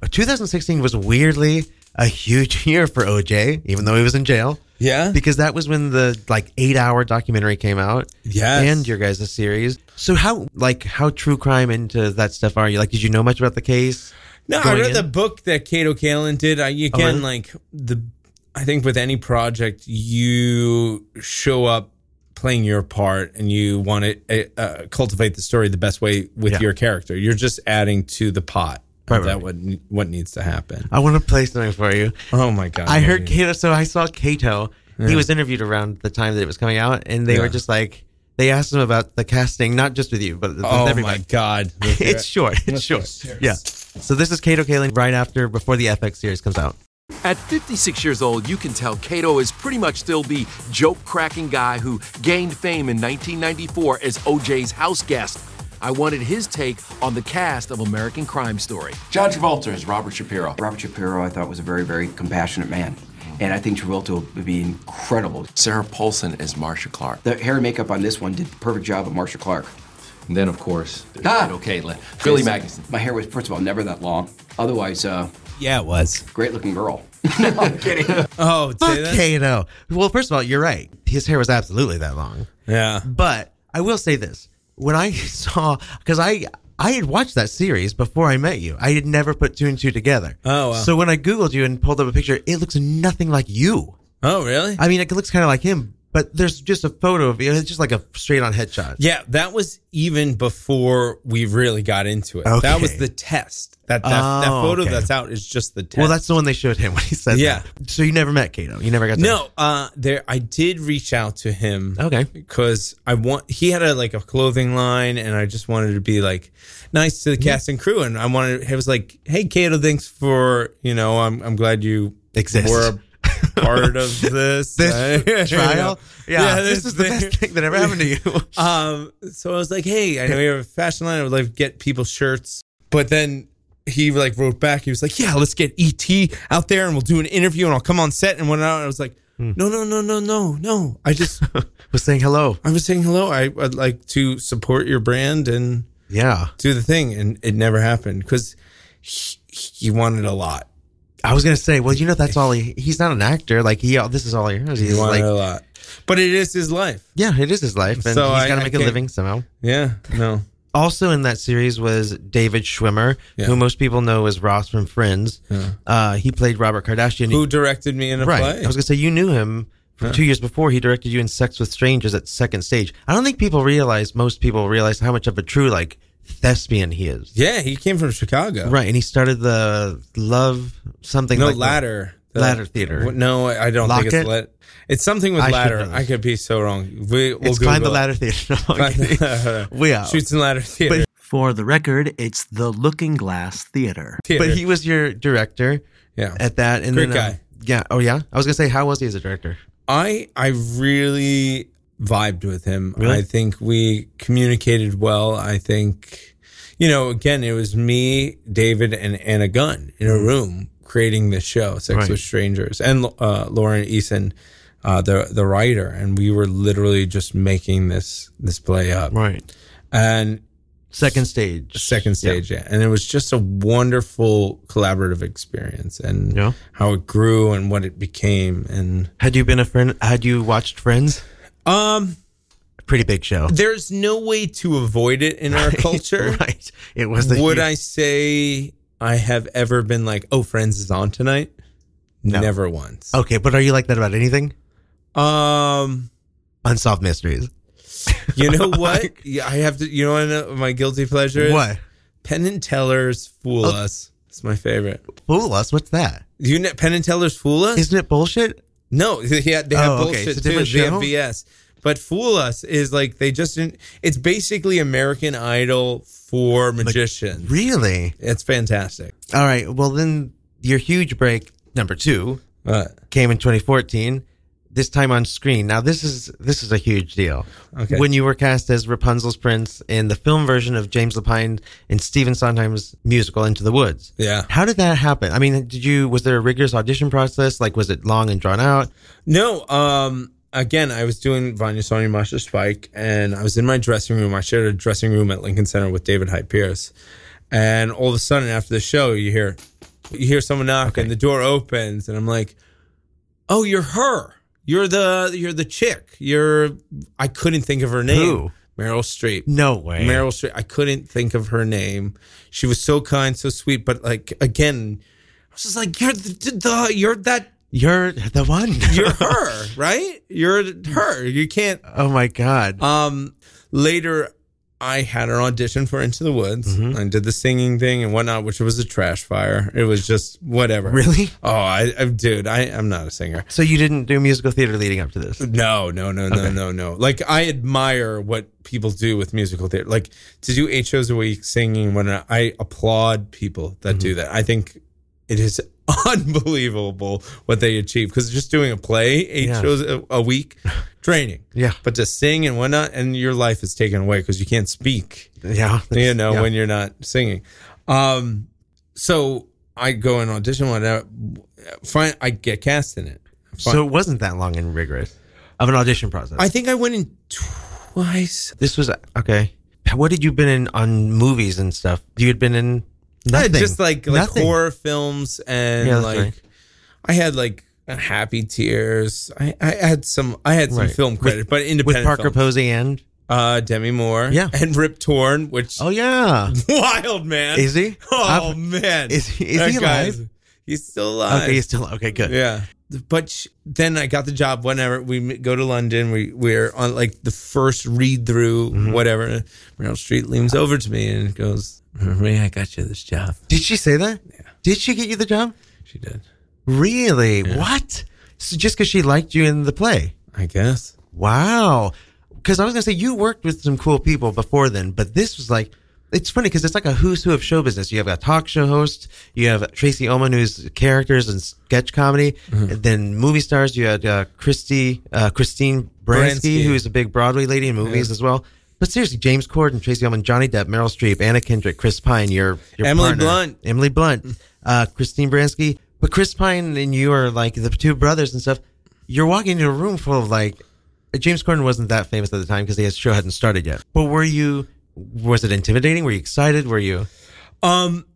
S4: uh, 2016 was weirdly a huge year for OJ, even though he was in jail,
S11: Yeah.
S4: because that was when the like eight hour documentary came out.
S11: Yes.
S4: and your guys' series. So how like how true crime into that stuff are you? Like, did you know much about the case?
S11: No, I
S4: going
S11: read
S4: in?
S11: the book that Cato Kalin did. I, again,
S4: really?
S11: like the, I think with any project, you show up playing your part and you want to uh, uh, cultivate the story the best way with
S4: Yeah.
S11: your character. You're just adding to the pot.
S4: Right,
S11: of that
S4: right.
S11: what what needs to happen?
S4: I want to play something for you.
S11: Oh my god!
S4: I heard
S11: Maria.
S4: Kato, so I saw Kato. He was interviewed around the time that it was coming out, and they were
S11: Yeah.
S4: just like they asked him about the casting, not just with you, but with
S11: Oh my
S4: everybody.
S11: god!
S4: It's short. It's short. Yeah. So this is Kato Kaling right after before the FX series comes out.
S12: At 56 years old, you can tell Cato is pretty much still the joke cracking guy who gained fame in 1994 as OJ's house guest. I wanted his take on the cast of American Crime Story.
S13: John Travolta is Robert Shapiro. Robert Shapiro, I thought, was a very, very compassionate man. And I think Travolta would be incredible.
S12: Sarah Paulson as Marsha Clark.
S13: The hair and makeup on this one did a perfect job of Marsha Clark.
S12: And then, of course,
S13: Ah!
S12: okay, Lynn.
S13: Billy Magnuson. My hair was, first of all, never that long. Otherwise, uh,
S11: Yeah, it was.
S13: great looking girl.
S11: Oh, say
S4: Fuck
S11: that?
S4: Kato. Well, first of all, you're right. His hair was absolutely that long.
S11: yeah.
S4: But I will say this. when I saw because I I had watched that series before I met you. I had never put two and two together.
S11: Oh, wow.
S4: so when I googled you and pulled up a picture, it looks nothing like you.
S11: Oh, really?
S4: I mean, it looks kind of like him, but there's just a photo of you. It's just like a straight on headshot.
S11: Yeah, that was even before we really got into it. That was
S4: Okay.
S11: the test. That that, that
S4: Oh,
S11: photo
S4: okay.
S11: that's out is just the test.
S4: Well, that's the one they showed him when he said
S11: Yeah.
S4: that. So you never met Kato. You never got to
S11: No, uh, there I did reach out to him.
S4: Okay.
S11: because I want he had a like a clothing line, and I just wanted to be like nice to the
S4: Mm-hmm.
S11: cast and crew, and I wanted I was like, hey, Kato, thanks for you know, I'm I'm glad you
S4: Exist.
S11: were a part of this,
S4: This trial? Yeah, this is the best thing that ever happened to
S11: you. um, so I was like, hey, I know you have a fashion line. I would like to get people shirts, but then. He like wrote back. He was like, "Yeah, let's get ET out there, and we'll do an interview, and I'll come on set." And went out, and I was like,
S4: Hmm.
S11: "No, no, no, no, no, no! I just
S4: was saying hello.
S11: I was saying hello. I, I'd like to support your brand and
S4: yeah,
S11: do the thing. And it never happened because he, he wanted a lot.
S4: I was gonna say, well, you know, that's all he. He's not an actor. Like he, this is all he knows.
S11: He
S4: He's
S11: wanted
S4: like,
S11: a lot, but it is his life.
S4: yeah, it is his life, and
S11: So
S4: he's
S11: I-
S4: got
S11: I
S4: to make a
S11: can't-
S4: living somehow.
S11: Yeah, no.
S4: Also in that series was David Schwimmer,
S11: Yeah.
S4: who most people know as Ross from Friends.
S11: Yeah.
S4: Uh, he played Robert Kardashian.
S11: Who directed me in a
S4: right.
S11: play?
S4: I was gonna say you knew him from
S11: Yeah.
S4: two years before. He directed you in Sex with Strangers at Second Stage. I don't think people realize. Most people realize how much of a true like thespian he is.
S11: yeah, he came from Chicago.
S4: Right, and he started the Love something.
S11: no
S4: like that.
S11: ladder. The-
S4: Ladder theater.
S11: w- No, I I don't think
S4: Locket?
S11: it's ladder. It's something with
S4: I should
S11: ladder.
S4: know
S11: I could be so wrong. We, we'll
S4: It's climb the
S11: Google it.
S4: ladder theater. No, I'm
S11: Climb the
S4: kidding.
S11: ladder.
S4: We out.
S11: Shoots and ladder theater.
S5: For the record, it's the Looking Glass Theater.
S11: Theater.
S4: But he was your director.
S11: Yeah.
S4: At that, and
S11: Great
S4: then, um,
S11: guy.
S4: yeah. Oh yeah. I was gonna say, how was he as a director?
S11: I I really vibed with him.
S4: Really?
S11: I think we communicated well. I think you know, again, it was me, David, and Anna Gunn in a room creating this show, Sex
S4: Mm-hmm. Right.
S11: with Strangers, and uh, Lauren Eason, uh, the the writer, and we were literally just making this this play up,
S4: Right.
S11: And
S4: Second stage.
S11: second stage, yeah. And it was just a wonderful collaborative experience, and
S4: Yeah.
S11: how it grew and what it became, and
S4: Had you been a friend? Had you watched Friends?
S11: um.
S4: Pretty big show.
S11: There's no way to avoid it in our culture.
S4: right. It was. The
S11: Would
S4: huge-
S11: I say I have ever been like, oh, Friends is on tonight?
S4: No.
S11: Never once.
S4: Okay, but are you like that about anything?
S11: Um,
S4: Unsolved mysteries.
S11: you know what? yeah, I have to. You know what? I- My guilty pleasure. Is?
S4: What?
S11: Penn and Teller's Fool
S4: Oh.
S11: Us. It's my favorite.
S4: Fool us. What's that?
S11: You know, Penn and Teller's Fool Us?
S4: Isn't it bullshit?
S11: No, they have, they have
S4: Oh, okay.
S11: bullshit
S4: It's a
S11: too.
S4: different
S11: They have
S4: show?
S11: BS. But Fool Us is like they just. didn't- It's basically American Idol for magicians.
S4: Really?
S11: It's fantastic.
S4: All right. Well, then your huge break number two
S11: Uh,
S4: came in 2014. This time on screen. Now this is this is a huge deal.
S11: Okay.
S4: When you were cast as Rapunzel's prince in the film version of James Lapine and Stephen Sondheim's musical Into the Woods.
S11: yeah.
S4: How did that happen? I mean, did you was there a rigorous audition process? Like, was it long and drawn out?
S11: No, um, again, I was doing Vanya Sonia Masha Spike, and I was in my dressing room. I shared a dressing room at Lincoln Center with David Hyde Pierce. And all of a sudden, after the show, you hear you hear someone knock, and the door opens, and I'm like, "Oh, you're her. You're the you're the chick. You're I couldn't think of her name.
S4: Who?
S11: Meryl Streep.
S4: No way.
S11: Meryl Streep. I couldn't think of her name. She was so kind, so sweet, but like again, I was just like, "You're the, the you're that
S4: You're the one.
S11: you're her, right? You're her. You can't.
S4: oh my god.
S11: Um, later, I had an audition for Into the Woods. I did the singing thing and whatnot, which was a trash fire. It was just whatever.
S4: Really?
S11: Oh, I, I dude, I, I'm not a singer.
S4: So you didn't do musical theater leading up to this?
S11: No, no, no, no, no, no. Like I admire what people do with musical theater. Like to do eight shows a week singing. When I applaud people that
S4: Mm-hmm.
S11: do that, I think it is unbelievable what they achieve. Because just doing a play, eight
S4: Yeah.
S11: shows a, a week, draining.
S4: Yeah.
S11: But to sing and whatnot, and your life is taken away because you can't speak
S4: Yeah.
S11: you know,
S4: Yeah.
S11: when you're not singing. Um, so I go and audition one. uh, Fine, I get cast in it. Fine.
S4: so it wasn't that long and rigorous of an audition process.
S11: I think I went in twice.
S4: this was okay. What had you been in on movies and stuff? You had been in nothing.
S11: Yeah, just like like
S4: Nothing.
S11: horror films and
S4: Yeah, that's
S11: like
S4: right.
S11: I had like Happy Tears. I, I had some I had some
S4: Right.
S11: film
S4: With-
S11: credit, but independent
S4: with Parker
S11: films.
S4: Posey and
S11: Uh, Demi Moore. Yeah. And Rip Torn, which.
S4: Oh, yeah.
S11: Wild, man.
S4: Is he?
S11: Oh,
S4: I've-
S11: man.
S4: Is he- is
S11: That
S4: he
S11: guy's-
S4: alive?
S11: He's still alive.
S4: Okay, he's still- okay, good.
S11: Yeah. But sh- then I got the job whenever we m- go to London. We, we're on like the first read through,
S4: Mm-hmm.
S11: whatever. Meryl Street leans over to me and goes, Marie, I got you this job.
S4: Did she say that? Yeah. Did she get you the job?
S11: She did.
S4: Really? What? So just because she liked you in the play?
S11: I guess.
S4: Wow. Because I was gonna say you worked with some cool people before then, but this was like. It's funny because it's like a who's who of show business. You have a talk show host, you have Tracy Ullman, who's characters and sketch comedy,
S11: Mm-hmm.
S4: and then movie stars. You had uh, Christy, uh, Christine Bransky,
S11: Baranski.
S4: who's a big Broadway lady in movies
S11: Yeah.
S4: as well. But seriously, James Corden, Tracy Ullman, Johnny Depp, Meryl Streep, Anna Kendrick, Chris Pine, your, your
S11: Emily
S4: partner.
S11: Blunt.
S4: Emily Blunt, uh, Christine Bransky. But Chris Pine and you are like the two brothers and stuff. You're walking into a room full of like uh, James Corden wasn't that famous at the time because his show hadn't started yet. But were you? Was it intimidating? Were you excited? Were you?
S11: Um,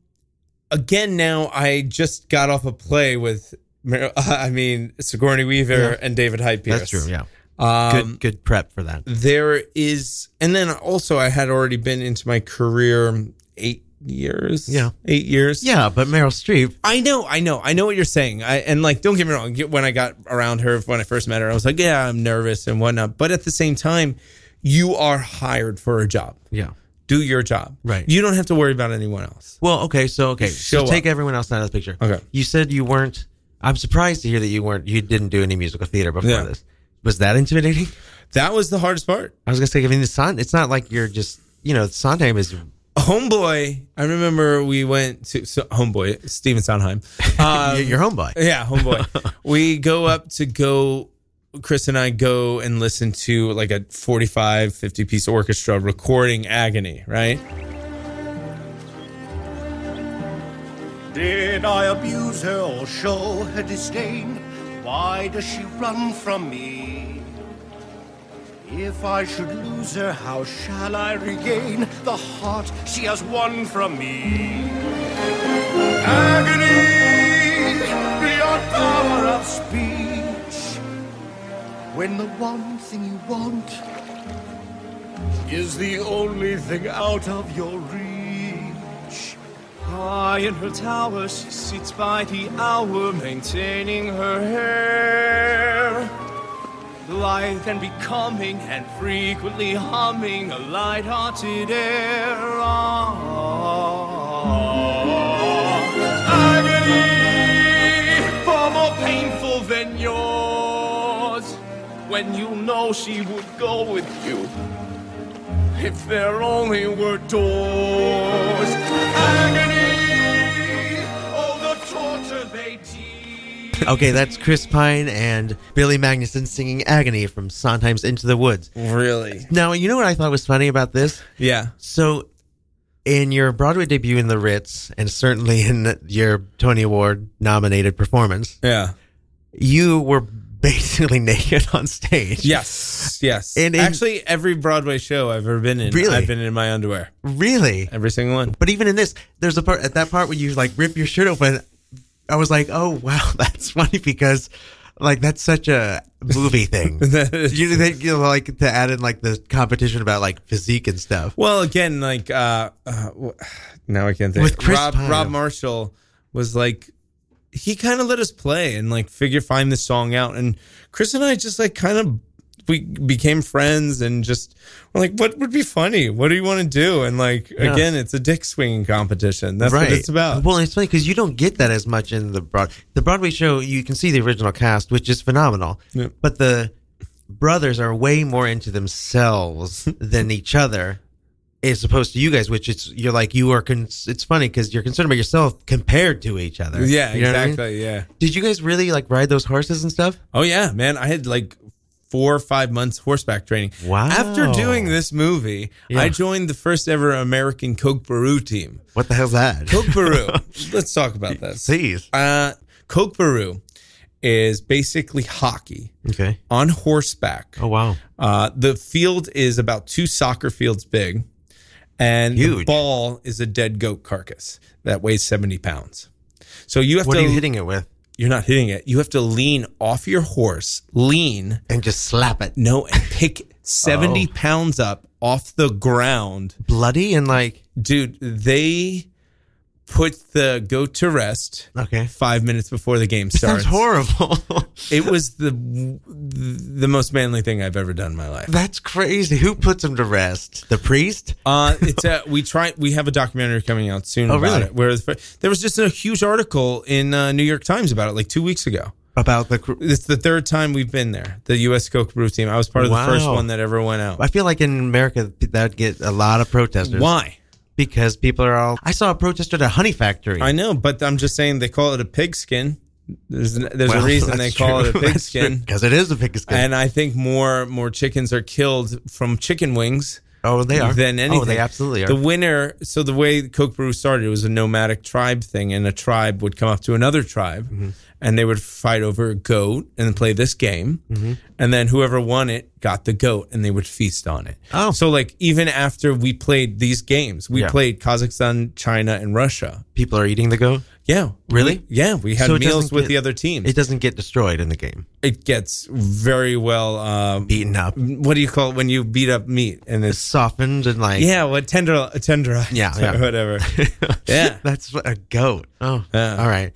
S11: again, now I just got off a play with, Mer- I mean, Sigourney Weaver
S4: Yeah.
S11: and David Hyde
S4: That's
S11: Pierce.
S4: true. Yeah.
S11: Um,
S4: good, good prep for that.
S11: There is, and then also I had already been into my career eight years.
S4: Yeah.
S11: Eight years.
S4: Yeah, but Meryl Streep.
S11: I know, I know, I know what you're saying. I, and like, don't get me wrong. When I got around her, when I first met her, I was like, yeah, I'm nervous and whatnot. But at the same time, you are hired for a job.
S4: Yeah.
S11: Do your job.
S4: Right.
S11: You don't have to worry about anyone else.
S4: Well, okay, so okay,
S11: Just show
S4: so take
S11: up.
S4: everyone else out of the picture.
S11: Okay.
S4: You said you weren't. I'm surprised to hear that you weren't. You didn't do any musical theater before
S11: Yeah.
S4: this. Was that intimidating?
S11: That was the hardest part.
S4: I was gonna say, I mean, it's not. It's not like you're just. You know, Sondheim is.
S11: Homeboy, I remember we went to so Homeboy, Steven Sondheim. Um,
S4: Your homeboy.
S11: Yeah, homeboy. we go up to go, Chris and I go and listen to like a 45, 50 piece orchestra recording Agony, right?
S14: Did I abuse her or show her disdain? Why does she run from me? If I should lose her, how shall I regain the heart she has won from me? Agony beyond power of speech. When the one thing you want is the only thing out of your reach.
S15: High in her tower, she sits by the hour, maintaining her hair. Lithe and becoming, and frequently humming a light-hearted air. Ah, agony, far more painful than yours. When you know she would go with you, if there only were doors. Agony, oh the torture they
S4: okay, that's Chris Pine and Billy Magnuson singing "Agony" from Sondheim's "Into the Woods."
S11: Really?
S4: Now, you know what I thought was funny about this?
S11: Yeah.
S4: So, in your Broadway debut in the Ritz, and certainly in your Tony Award nominated performance,
S11: Yeah.
S4: you were basically naked on stage.
S11: Yes. Yes.
S4: And in-
S11: actually, every Broadway show I've ever been in,
S4: Really?
S11: I've been in my underwear.
S4: Really?
S11: Every single one.
S4: But even in this, there's a part at that part where you like rip your shirt open. I was like, oh wow, that's funny because like that's such a movie thing. you think you know, like to add in like the competition about like physique and stuff.
S11: Well, again, like uh, uh now I can't think.
S4: With Chris
S11: Rob,
S4: Pine.
S11: Rob Marshall was like he kind of let us play and like figure find the song out, and Chris and I just like kind of we became friends and just we're like, what would be funny? What do you want to do? And like
S4: Yeah.
S11: again, it's a dick swinging competition. That's what it's about.
S4: Well, it's funny because you don't get that as much in the broad the Broadway show. You can see the original cast, which is phenomenal,
S11: Yeah.
S4: but the brothers are way more into themselves than each other, as opposed to you guys, which it's you're like you are. Cons- it's funny because you're concerned about yourself compared to each other.
S11: Yeah,
S4: You know what I mean?
S11: exactly. Yeah.
S4: Did you guys really like ride those horses and stuff?
S11: Oh yeah, man. I had like four or five months horseback training.
S4: Wow.
S11: After doing this movie,
S4: Yeah.
S11: I joined the first ever American Coke Baru team.
S4: What the hell's that?
S11: Coke Baru. Let's talk about this.
S4: Please.
S11: Uh, Coke Baru is basically hockey
S4: Okay.
S11: on horseback.
S4: Oh wow.
S11: Uh, the field is about two soccer fields big, and the
S4: Huge.
S11: ball is a dead goat carcass that weighs seventy pounds. So you have
S4: What
S11: to
S4: are you hitting it with?
S11: you're not hitting it. You have to lean off your horse, lean,
S4: and just slap it.
S11: No, and pick seventy
S4: Oh.
S11: pounds up off the ground,
S4: bloody and like,
S11: dude, they put the go to rest.
S4: Okay,
S11: five minutes before the game starts.
S4: That's horrible.
S11: it was the the most manly thing I've ever done in my life.
S4: That's crazy. Who puts him to rest? The priest?
S11: Uh, it's a, we try. We have a documentary coming out soon
S4: Oh,
S11: about
S4: really?
S11: it. Where the, fir- there was just a huge article in uh, New York Times about it, like two weeks ago.
S4: About the
S11: It's the third time we've been there. The U.S. Coke Brew team. I was part of
S4: Wow.
S11: the first one that ever went out.
S4: I feel like in America that would get a lot of protesters.
S11: Why?
S4: Because people are all. I saw a protester at a honey factory.
S11: I know, but I'm just saying they call it a pigskin. There's n- there's
S4: Well,
S11: a reason they
S4: that's
S11: call it a
S4: true. That's
S11: pigskin
S4: true, 'cause it is a pigskin.
S11: And I think more more chickens are killed from chicken wings.
S4: Oh, they are.
S11: Than
S4: Oh,
S11: anything.
S4: they absolutely are.
S11: The winner. So the way Coke Brew started, it was a nomadic tribe thing, and a tribe would come up to another tribe,
S4: Mm-hmm.
S11: and they would fight over a goat and play this game,
S4: Mhm.
S11: and then whoever won it got the goat, and they would feast on it. Oh, so like even after we played these games, we
S4: Yeah.
S11: played Kazakhstan, China, and Russia.
S4: People are eating the goat.
S11: Yeah.
S4: Really?
S11: Yeah, we had
S4: So it
S11: meals
S4: doesn't
S11: with
S4: get-
S11: the other teams.
S4: It doesn't get destroyed in the game.
S11: It gets very well um,
S4: beaten up.
S11: What do you call it when you beat up meat and it's
S4: softened and like
S11: yeah, what tender tender
S4: Yeah, yeah.
S11: whatever. yeah,
S4: that's what- a goat. Oh,
S11: Yeah.
S4: all right.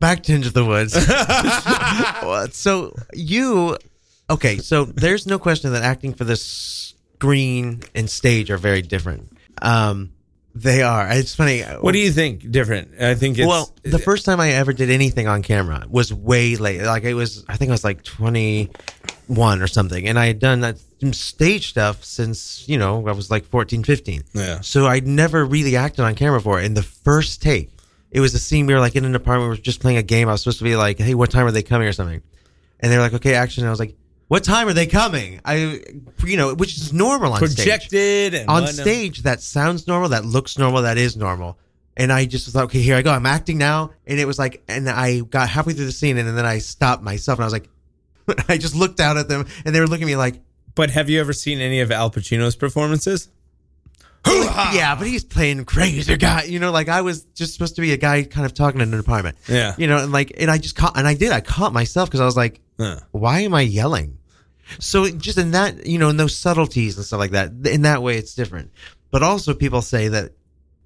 S4: Back to Into the Woods. Well, so you, okay, so there's no question that acting for the screen and stage are very different. Um, they are. It's funny.
S11: What do you think? Different? I think it's
S4: well, the first time I ever did anything on camera was way late. Like it was, I think I was like 21 or something, and I had done that some stage stuff since you know I was like 14, 15.
S11: Yeah.
S4: So I'd never really acted on camera before. In the first take, it was a scene we were like in an apartment, we were just playing a game. I was supposed to be like, "Hey, what time are they coming?" or something, and they were like, "Okay, action." And I was like. What time are they coming? I, you know, which is normal on stage
S11: projected and
S4: on
S11: whatnot.
S4: stage that sounds normal, that looks normal, that is normal. And I just was like, okay, here I go. I'm acting now. And it was like, and I got halfway through the scene and then I stopped myself and I was like, I just looked out at them and they were looking at me like,
S11: But have you ever seen any of Al Pacino's performances?
S4: yeah, but he's playing crazy guy. You know, like I was just supposed to be a guy kind of talking in an apartment.
S11: Yeah.
S4: You know, and like, and I just caught, and I did, I caught myself because I was like,
S11: Huh.
S4: why am I yelling? So it- just in that, you know, in those subtleties and stuff like that, in that way, it's different. But also, people say that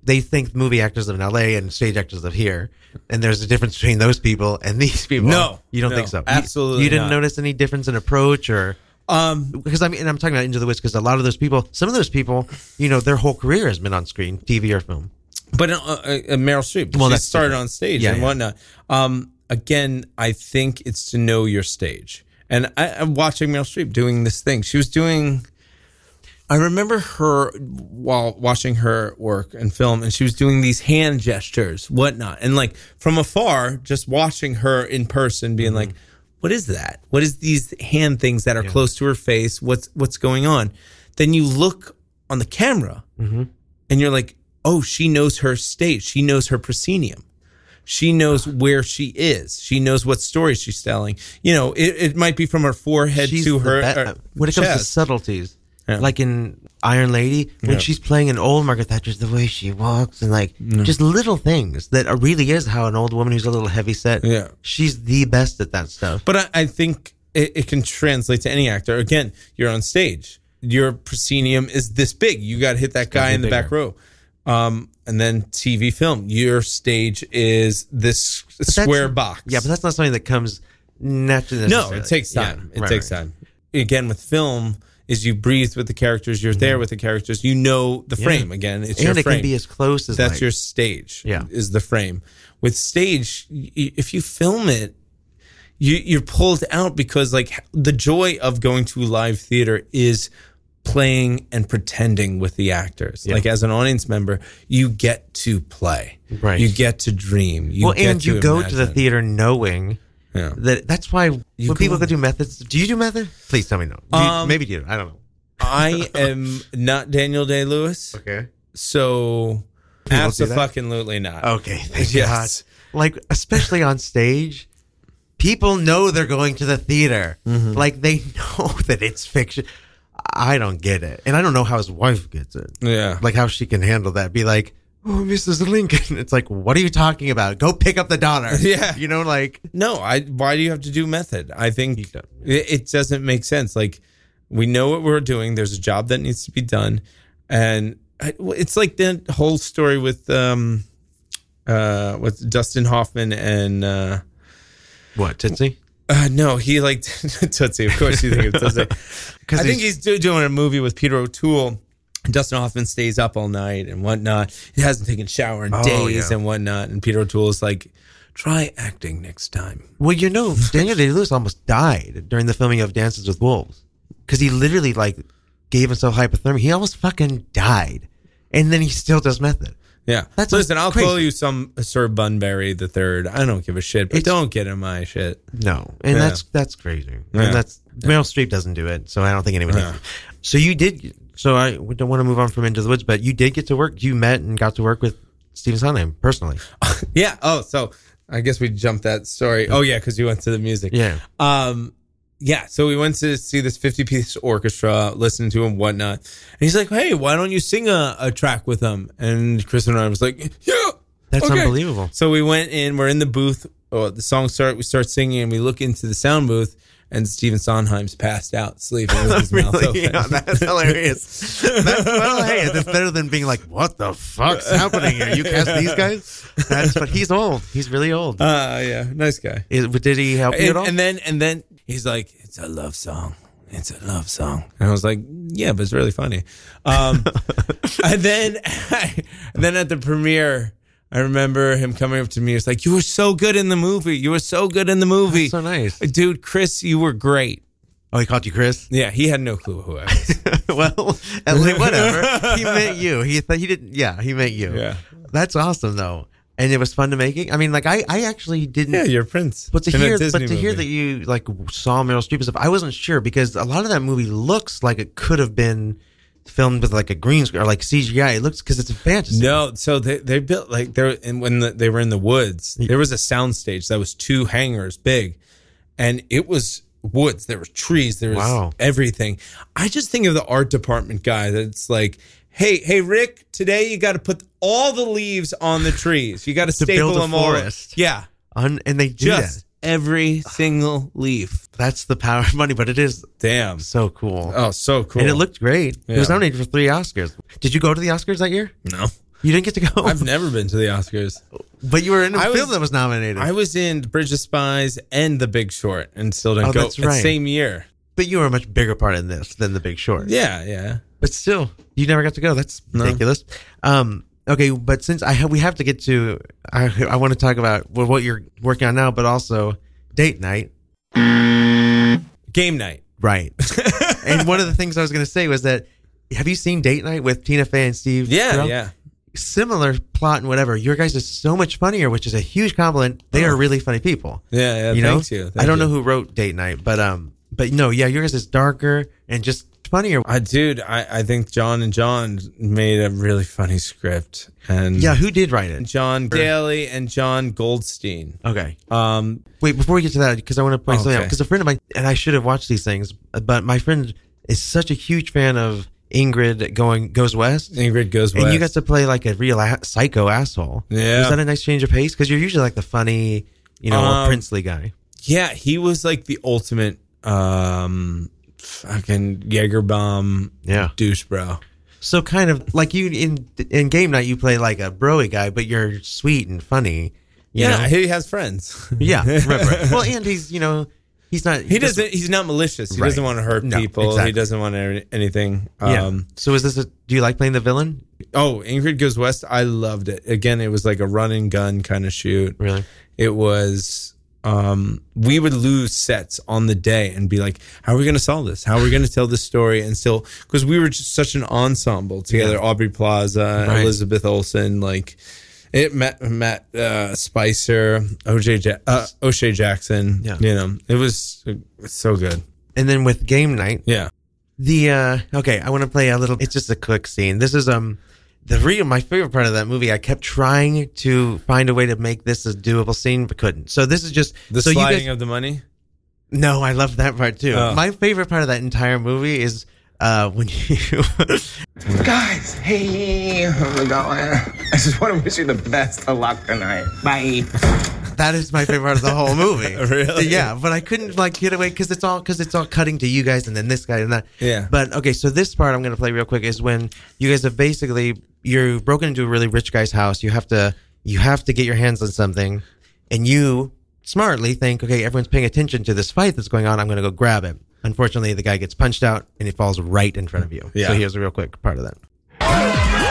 S4: they think movie actors live in LA and stage actors live here, and there's a difference between those people and these people.
S11: No,
S4: you don't
S11: no,
S4: think so. You-
S11: absolutely
S4: you, didn't
S11: not.
S4: notice any difference in approach or.
S11: Um,
S4: because I mean, and I'm talking about Into the Woods because a lot of those people, some of those people, you know, their whole career has been on screen, TV or film.
S11: But uh, uh, Meryl Streep,
S4: Well,
S11: she
S4: that's
S11: started
S4: different.
S11: on stage
S4: Yeah,
S11: and
S4: yeah.
S11: whatnot. Um, again, I think it's to know your stage. And I, I'm watching Meryl Streep doing this thing. She was doing. I remember her while watching her work and film, and she was doing these hand gestures, whatnot, and like from afar, just watching her in person,
S4: Mm-hmm.
S11: being like, "What is that? What is these hand things that are close to her face? What's what's going on?" Then you look on the camera,
S4: Mm-hmm.
S11: and you're like, oh, she knows her stage. She knows her proscenium. She
S4: Ah.
S11: knows where she is. She knows what story she's telling. You know, it, it might be from her forehead
S4: She's
S11: to
S4: the
S11: her,
S4: be-
S11: her
S4: when it comes to
S11: chest.
S4: subtleties,
S11: Yeah.
S4: like in Iron Lady, when
S11: Yeah.
S4: she's playing an old Margaret Thatcher, the way she walks and like
S11: Yeah.
S4: just little things that are, really is how an old woman who's a little heavy set.
S11: Yeah.
S4: she's the best at that stuff.
S11: But I, I think it, it can translate to any actor. Again, you're on stage. Your proscenium is this big. You got to hit that guy
S4: be
S11: in the back row. Um, and then TV film. Your stage is this
S4: But that's-
S11: square box.
S4: Yeah, but that's not something that comes naturally.
S11: No,
S4: necessarily.
S11: it takes
S4: Yeah,
S11: time. it
S4: right,
S11: takes
S4: right.
S11: time. Again, with film, is you breathe with the characters, you're there with the characters, you know the
S4: Mm-hmm. Yeah.
S11: frame. Again,
S4: And
S11: it's your
S4: it can
S11: frame.
S4: be as close as,
S11: that's
S4: like-
S11: your stage.
S4: Yeah.
S11: is the frame. With stage, y- y- if you film it, you you're pulled out because like h- the joy of going to live theater is playing and pretending with the actors.
S4: Yeah.
S11: Like as an audience member, you get to play.
S4: Right.
S11: You get to dream. You
S4: well,
S11: get
S4: and you
S11: to
S4: go to
S11: imagine.
S4: the theater knowing
S11: Yeah.
S4: that that's why when people go do methods, do you do method? Please tell me no. Do you-
S11: Um,
S4: maybe you do. I don't know.
S11: I am not Daniel Day Lewis.
S4: Okay.
S11: So
S4: You don't do that? Oh,
S11: absolutely not.
S4: Okay, thank
S11: Yes.
S4: God. Like especially on stage, people know they're going to the theater.
S11: Mhm.
S4: Like they know that it's fiction. I don't get it, and I don't know how his wife gets it.
S11: Yeah.
S4: like how she can handle that. Be like, oh, Mrs. Lincoln. It's like, what are you talking about? Go pick up the daughter.
S11: Yeah.
S4: you know, like
S11: No, I why do you have to do method? I think it, it doesn't make sense. Like We know what we're doing. There's a job that needs to be done, and I- well, it's like the whole story with um, uh, with Dustin Hoffman and uh,
S4: what Tootsie?
S11: Uh, no, he like Tootsie. Of course, you think of Tootsie. I
S4: 'Cause
S11: think he's do- doing a movie with Peter O'Toole. Dustin Hoffman stays up all night and whatnot. He hasn't taken a shower in
S9: Oh,
S11: days
S9: yeah.
S11: and whatnot. And Peter O'Toole's like, try acting next time.
S4: Well, you know, Daniel Day Lewis almost died during the filming of Dances with Wolves because he literally like gave himself hypothermia. He almost fucking died, and then he still does method.
S11: Yeah.
S4: That's
S11: Listen, I'll
S4: crazy.
S11: call you some Sir Bunbury the third. I don't give a shit, but don't get in my shit.
S4: No, and that's that's crazy.
S11: Yeah.
S4: And that's Meryl Streep doesn't do it, so I don't think anyone.
S11: Yeah.
S4: needs to. So you did. So I don't want to move on from Into the Woods, but you did get to work. You met and got to work with Stephen Sondheim personally.
S11: yeah. Oh, so I guess we jumped that story. Oh yeah, because you went to the music.
S4: Yeah.
S11: Um. Yeah. So we went to see this fifty-piece orchestra, listen to him, whatnot. And he's like, "Hey, why don't you sing a, a track with them?" And Chris and I was like, "Yeah,
S4: That's
S11: okay."
S4: unbelievable.
S11: So we went in. We're in the booth. Oh, the song start. We start singing, and we look into the sound booth. And Steven Sondheim's passed out, sleeping with his mouth open.
S4: Really? Yeah, that's hilarious. That's, well, hey, it's better than being like, "What the fuck's happening here? You cast these guys?" That's but he's old. He's really old.
S11: Uh yeah, nice guy.
S4: Is, did he help you
S11: and,
S4: at all?
S11: and then and then he's like, "It's a love song. It's a love song." And I was like, "Yeah, but it's really funny." Um, and then and then at the premiere, I remember him coming up to me. It's like, "You were so good in the movie. You were so good in the movie. so
S4: nice,
S11: dude. Chris, you were great."
S4: Oh, he called you Chris.
S11: Yeah, he had no clue who I was.
S4: well, at least, whatever. he met you. He th- he didn't. Yeah, he met you.
S11: Yeah.
S4: That's awesome though, and it was fun to making. I mean, like I, I actually didn't.
S11: Yeah, you're Prince.
S4: But to
S11: In a
S4: hear, but
S11: Disney
S4: to hear
S11: movie.
S4: that you like saw Meryl Streep and stuff, I wasn't sure because a lot of that movie looks like it could have been filmed with like a green screen or like CGI. It looks because it's a fantasy.
S11: No, so they, they built like there and when the, they were in the woods, there was a soundstage that was two hangars big, and it was woods. There was trees. There was
S4: Wow.
S11: everything. I just think of the art department guy that's like, hey, hey, Rick, today you got to put all the leaves on the trees. You got to
S4: To
S11: staple
S4: build a
S11: them all.
S4: forest.
S11: Yeah,
S4: Un- and they do
S11: just every single leaf.
S4: that. That's the power of money, but it is
S11: damn
S4: so cool.
S11: Oh, so cool.
S4: And it looked great. It was
S11: Yeah.
S4: nominated for three Oscars. Did you go to the Oscars that year?
S11: No.
S4: You didn't get to go.
S11: I've never been to the Oscars.
S4: But you were in a
S11: I
S4: film
S11: was-
S4: that was nominated.
S11: I was in Bridge of Spies and The Big Short, and still didn't
S4: Oh,
S11: go.
S4: that's right.
S11: Same year.
S4: but you were a much bigger part in this than The Big Short.
S11: Yeah, yeah.
S4: But still, you never got to go. That's
S11: No.
S4: ridiculous. Um, okay, but since I have, we have to get to, I, I want to talk about well, what you're working on now, but also date night.
S11: Game night.
S4: Right. and one of the things I was going to say was that have you seen Date Night with Tina Fey and Steve?
S11: Yeah,
S4: Carell?
S11: yeah.
S4: Similar plot and whatever. Your guys is so much funnier, which is a huge compliment. They are really funny people.
S11: Oh. Yeah, yeah,
S4: You know,
S11: thanks you,
S4: I
S11: thank
S4: don't
S11: you.
S4: know who wrote Date Night, but um, but no, yeah, yours is darker and just funnier.
S11: I dude, I, I think John and John made a really funny script. And
S4: Yeah, who did write it?
S11: John Daly and John Goldstein.
S4: Okay.
S11: Um
S4: Wait, before we get to that, because I want to point something out.
S11: Okay.
S4: Because a friend of mine, and I should have watched these things, but my friend is such a huge fan of Ingrid going goes west.
S11: Ingrid goes
S4: and you
S11: West.
S4: got to play like a real a- psycho asshole.
S11: Yeah.
S4: was that a nice change of pace? Because you're usually like the funny, you know,
S11: Um,
S4: princely guy.
S11: Yeah, he was like the ultimate um fucking Jägerbomb
S4: Yeah.
S11: douche bro.
S4: So kind of like you in in game night, you play like a broy guy, but you're sweet and funny. You
S11: yeah,
S4: know?
S11: he has friends.
S4: yeah, right, right. well, and he's you know he's not
S11: he doesn't he's not malicious. He
S4: Right.
S11: doesn't want to hurt
S4: No,
S11: people.
S4: exactly.
S11: He doesn't want any- anything.
S4: Yeah.
S11: Um
S4: so is this? A, do you like playing the villain?
S11: Oh, Ingrid Goes West. I loved it. Again, it was like a run and gun kind of shoot.
S4: Really?
S11: It was. Um, we would lose sets on the day and be like, "How are we going to solve this? How are we going to tell this story?" And still, because we were just such an ensemble together: Aubrey Plaza,
S4: Right.
S11: Elizabeth Olsen, like it, Matt, Matt uh, Spicer, OJ, ja- uh, O'Shea Jackson.
S4: Yeah.
S11: you know, it was it's so good.
S4: And then with game night,
S11: Yeah.
S4: The uh okay, I want to play a little. It's just a quick scene. This is um the real my favorite part of that movie. I kept trying to find a way to make this a doable scene, but couldn't. So this is just
S11: The
S4: so you
S11: sliding
S4: guys-
S11: of the money.
S4: no, I love that part too.
S11: Oh.
S4: My favorite part of that entire movie is uh when you
S16: Guys, hey, how's it going? I just want to wish you the best of luck tonight. Bye.
S4: That is my favorite part of the whole movie.
S11: Really?
S4: Yeah, but I couldn't like get away because it's all because it's all cutting to you guys and then this guy and that.
S11: Yeah.
S4: But okay, so this part I'm gonna play real quick is when you guys have basically you're broken into a really rich guy's house. You have to you have to get your hands on something, and you smartly think, okay, everyone's paying attention to this fight that's going on. I'm gonna go grab it. Unfortunately, the guy gets punched out and he falls right in front of you.
S11: Yeah.
S4: So here's a real quick part of that.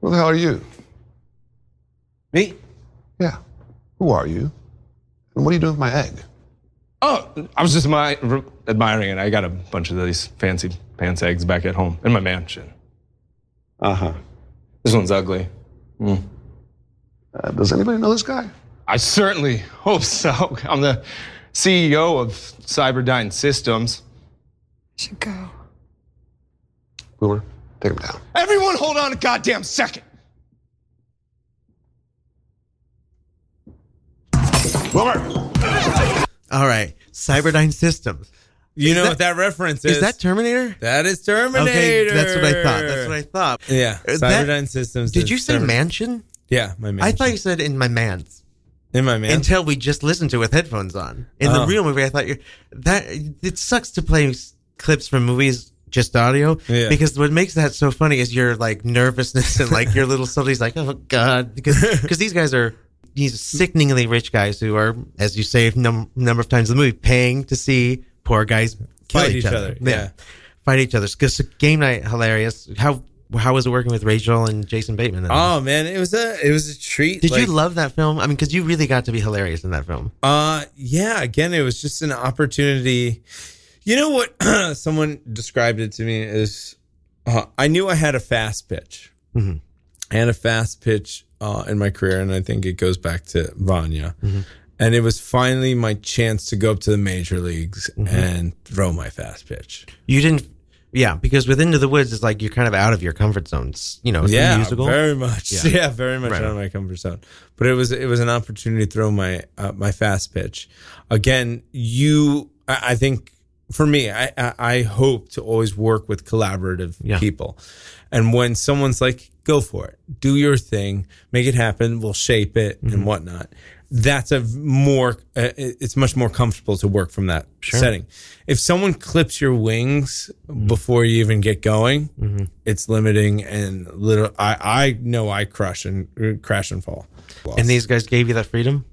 S17: Who the hell are you?
S18: Me?
S17: Yeah. Who are you? And what are you doing with my egg?
S18: Oh, I was just my, re- admiring it. I got a bunch of these fancy pants eggs back at home in my mansion.
S17: Uh huh.
S18: This one's ugly. Hmm.
S17: Uh, does anybody know this guy?
S18: I certainly hope so. I'm the CEO of Cyberdyne Systems.
S7: Should go.
S17: Boomer, take him down.
S18: Everyone, hold on a goddamn second.
S4: All right, Cyberdyne Systems.
S11: You
S4: Is
S11: know
S4: that-
S11: what that reference is?
S4: is that Terminator?
S11: That is Terminator.
S4: Okay, that's what I thought. That's what I thought.
S11: Yeah,
S4: Uh,
S11: Cyberdyne
S4: that-
S11: Systems.
S4: Did
S11: is
S4: you say
S11: Termin-
S4: mansion?
S11: Yeah, my
S4: I
S11: mansion.
S4: thought you said in my man's.
S11: In my man.
S4: Until we just listened to it with headphones on. In the
S11: Oh.
S4: real movie, I thought you that it sucks to play s- clips from movies just audio
S11: Yeah.
S4: because what makes that so funny is your like nervousness and like your little subtleties like oh god because because these guys are these sickeningly rich guys who are as you say num- number of times in the movie paying to see poor guys kill
S11: Fight each other, yeah.
S4: fight each other because game night hilarious how how was it working with Rachel and Jason Bateman
S11: Oh man, it was a it was a treat.
S4: did you
S11: like-
S4: love that film I mean because you really got to be hilarious in that film
S11: Uh yeah, again it was just an opportunity. You know what someone described it to me is uh, I knew I had a fast pitch.
S4: Mhm.
S11: I had a fast pitch uh, in my career and I think it goes back to Vanya.
S4: Mhm.
S11: And it was finally my chance to go up to the major leagues
S4: Mhm.
S11: and throw my fast pitch.
S4: You didn't, yeah, because with Into the Woods is like you're kind of out of your comfort zone. It's, you know, it's a
S11: yeah,
S4: musical.
S11: very much. Yeah, very much
S4: Right.
S11: out of my comfort zone. But it was it was an opportunity to throw my uh, my fast pitch. Again, you, I, I think for me, I, I I hope to always work with collaborative
S4: Yeah.
S11: people, and when someone's like, "Go for it, do your thing, make it happen, we'll shape it
S4: Mhm.
S11: and whatnot," that's a more uh, it- it's much more comfortable to work from that
S4: Sure. Mm-hmm.
S11: setting. If someone clips your wings before you even get going
S4: Mhm.
S11: it's limiting and little i i know i crush and uh, crash and fall
S4: And these guys gave you that freedom?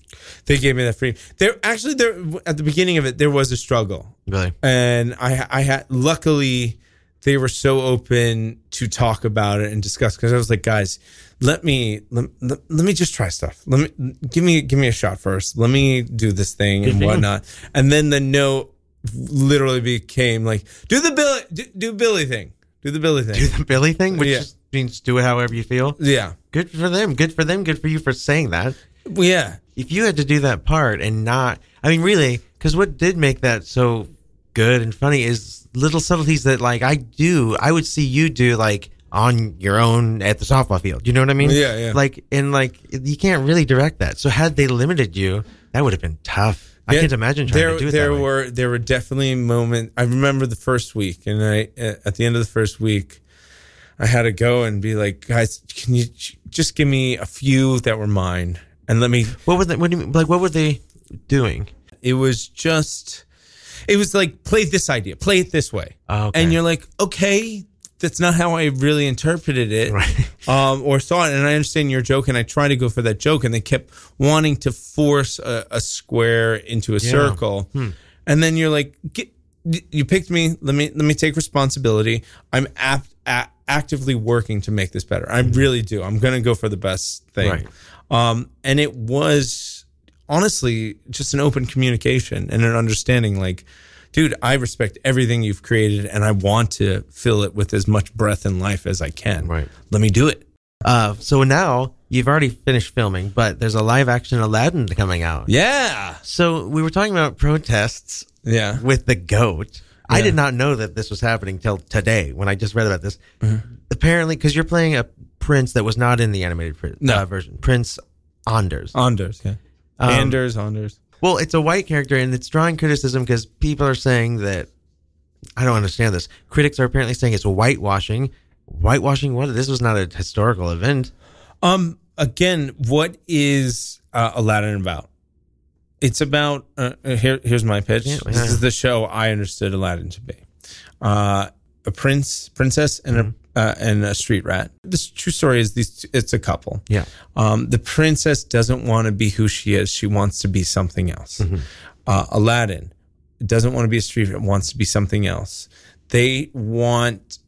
S11: they gave me that freedom there actually there at the beginning of it there was a struggle
S4: Really?
S11: and i i had luckily they were so open to talk about it and discuss because i was like guys let me let, let, let me just try stuff let me give me give me a shot first let me do this thing
S4: Good
S11: and
S4: for you.
S11: whatnot and then the note literally became like do the billy do, do billy thing do the billy thing
S4: Do the Billy thing, which
S11: Yeah.
S4: just means do it however you feel.
S11: yeah
S4: Good for them. Good for them. Good for you for saying that.
S11: Well, yeah
S4: If you had to do that part and not, I mean, really, because what did make that so good and funny is little subtleties that, like, I do, I would see you do, like, on your own at the softball field. You know what I mean?
S11: Yeah, yeah.
S4: Like, and like, you can't really direct that. So, had they limited you, that would have been tough. I
S11: Yeah,
S4: can't imagine trying
S11: there,
S4: to do it
S11: There
S4: that way.
S11: were there were definitely moments. I remember the first week, and I at the end of the first week, I had to go and be like, guys, can you j- just give me a few that were mine, and let me
S4: What were they? What do you mean? Like, what were they doing?
S11: it was just it was like play this idea play it this way
S4: Oh, okay.
S11: and you're like okay that's not how i really interpreted it um, or saw it and i understand your joke and i tried to go for that joke and they kept wanting to force a, a square into a
S4: Yeah.
S11: circle
S4: Hmm.
S11: and then you're like get, you picked me let me let me take responsibility i'm apt, a, actively working to make this better i really do i'm gonna go for the best thing
S4: Hmm. Right.
S11: um, and it was honestly just an open communication and an understanding like dude i respect everything you've created and i want to fill it with as much breath and life as i can
S4: Right.
S11: let me do it
S4: Uh, so now you've already finished filming, but there's a live action Aladdin coming out.
S11: yeah
S4: So we were talking about protests
S11: yeah
S4: with the goat. I
S11: Yeah.
S4: did not know that this was happening till today when I just read about this.
S11: Mm-hmm.
S4: Apparently, because you're playing a prince that was not in the animated pr-
S11: No.
S4: uh, version, Prince Anders.
S11: anders yeah
S4: Um,
S11: anders anders
S4: Well, it's a white character, and it's drawing criticism because people are saying that I don't understand this. Critics are apparently saying it's whitewashing. Whitewashing? What? This was not a historical event.
S11: Um. Again, what is uh, Aladdin about? It's about. Uh, here, here's my pitch.
S4: Yeah, yeah.
S11: This is the show I understood Aladdin to be. Uh, a prince, princess, and a uh, and a street rat. This true story is these. It's a couple.
S4: Yeah.
S11: Um, the princess doesn't want to be who she is. She wants to be something else. Uh, Aladdin doesn't want to be a street rat. Wants to be something else. They want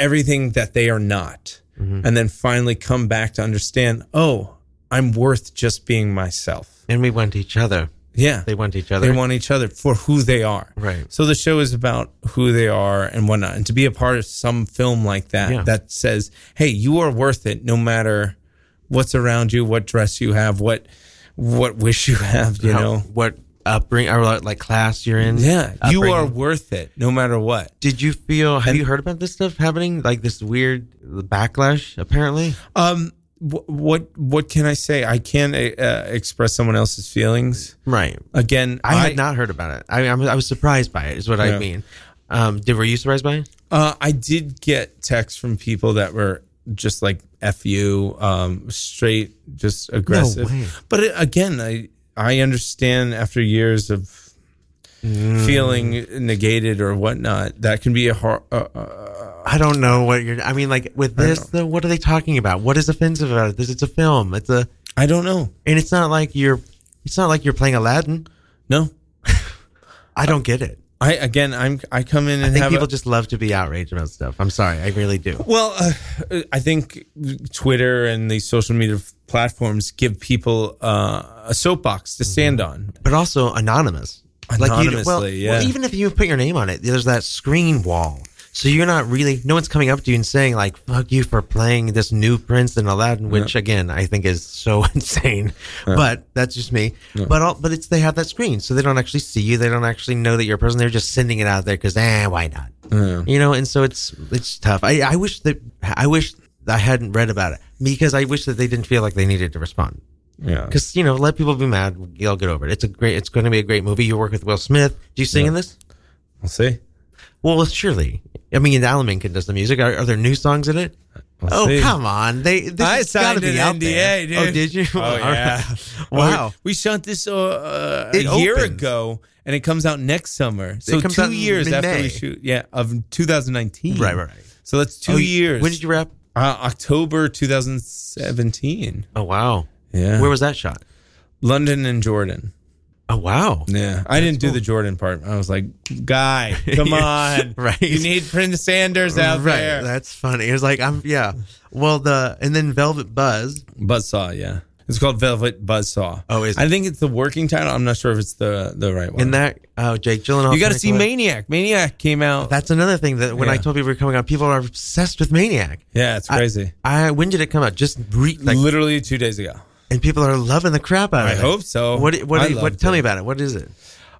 S11: everything that they are not, and then finally come back to understand. Oh, I'm worth just being myself.
S4: And we want each other.
S11: Yeah.
S4: They want each other.
S11: They want each other for who they are.
S4: Right.
S11: So the show is about who they are and whatnot. And to be a part of some film like that
S4: Yeah.
S11: that says, "Hey, you are worth it, no matter what's around you, what dress you have, what what wish you have, you
S4: How-
S11: know,
S4: what upbringing or like class you're in.
S11: Yeah, you are
S4: Upbringing.
S11: worth it, no matter what."
S4: Did you feel? Have you heard about this stuff happening? Like this weird backlash, apparently.
S11: Um, wh- what what can I say? I can't uh, express someone else's feelings.
S4: Right.
S11: Again,
S4: I, had not heard about it. I, I'm- I was surprised by it. Is what
S11: Yeah.
S4: I mean. Um, did were you surprised by it?
S11: Uh, I did get texts from people that were just like "f you," um, straight, just aggressive.
S4: way.
S11: But it, again, I I understand after years of
S4: Mm.
S11: feeling negated or whatnot, that can be a hard. Uh, uh,
S4: I don't know what you're. I mean, like with
S11: I
S4: this, though, what are they talking about? What is offensive about it? This it's a film. It's a.
S11: I don't know.
S4: And it's not like you're. It's not like you're playing Aladdin.
S11: No,
S4: I don't get it.
S11: I again, I'm I come in and
S4: Uh, I think
S11: have a-
S4: people just love to be outraged about stuff. I'm sorry, I really do.
S11: Well, uh, I think Twitter and these social media platforms give people uh, a soapbox to stand on.
S4: But also anonymous.
S11: Anonymously,
S4: well,
S11: yeah.
S4: well, even if you put your name on it, there's that screen wall. So you're not really. No one's coming up to you and saying like "fuck you" for playing this new Prince in Aladdin, which again I think is so insane.
S11: Yeah.
S4: But that's just me.
S11: Yeah.
S4: But all, but it's they have that screen, so they don't actually see you. They don't actually know that you're a person. They're just sending it out there because eh, why not?
S11: Yeah.
S4: You know, and so it's it's tough. I, I wish that I wish I hadn't read about it because I wish that they didn't feel like they needed to respond.
S11: Yeah.
S4: Because you know, let people be mad. You'll get over it. It's a great. It's going to be a great movie. You work with Will Smith. Do you sing in this?
S11: We'll see.
S4: Well, surely. I mean, Alamin can does the music. Are, are there new songs in it?
S11: We'll
S4: oh
S11: see.
S4: come on! They this
S11: I
S4: has gotta
S11: signed
S4: be
S11: an
S4: out
S11: NDA,
S4: there.
S11: dude.
S4: Oh, did you?
S11: Oh,
S4: All right.
S11: yeah.
S4: Wow.
S11: Oh, we shot this uh,
S4: It
S11: a year
S4: opens.
S11: ago, and it comes out next summer. So
S4: comes out
S11: two
S4: in
S11: years after
S4: mid-May.
S11: we shoot, yeah, of 2019.
S4: Right, right, right.
S11: So that's two
S4: Oh, you-
S11: years.
S4: When did you wrap?
S11: Uh, October 2017.
S4: Oh wow.
S11: Yeah.
S4: Where was that shot?
S11: London and Jordan.
S4: Oh wow.
S11: Yeah, I didn't do the Jordan part. I was like, guy, come on,
S4: Right.
S11: You need Prince Sanders out
S4: right.
S11: there.
S4: That's funny. It was like I'm yeah. Well, the and then Velvet Buzz.
S11: Buzzsaw, yeah. It's called Velvet Buzzsaw.
S4: Oh, is it?
S11: I think it's the working title. I'm not sure if it's the the right one.
S4: And that oh Jake Gyllenhaal.
S11: you got to see
S4: Maniac.
S11: Maniac. Maniac came out.
S4: That's another thing that when I
S11: Yeah.
S4: told people we were coming out, people are obsessed with Maniac.
S11: yeah, it's crazy.
S4: I when did it come out? Just re, like,
S11: literally two days ago.
S4: and people are loving the crap out of
S11: I
S4: it.
S11: hope so.
S4: What
S11: I
S4: what what?
S11: loved
S4: Tell me
S11: it.
S4: about it. What is it?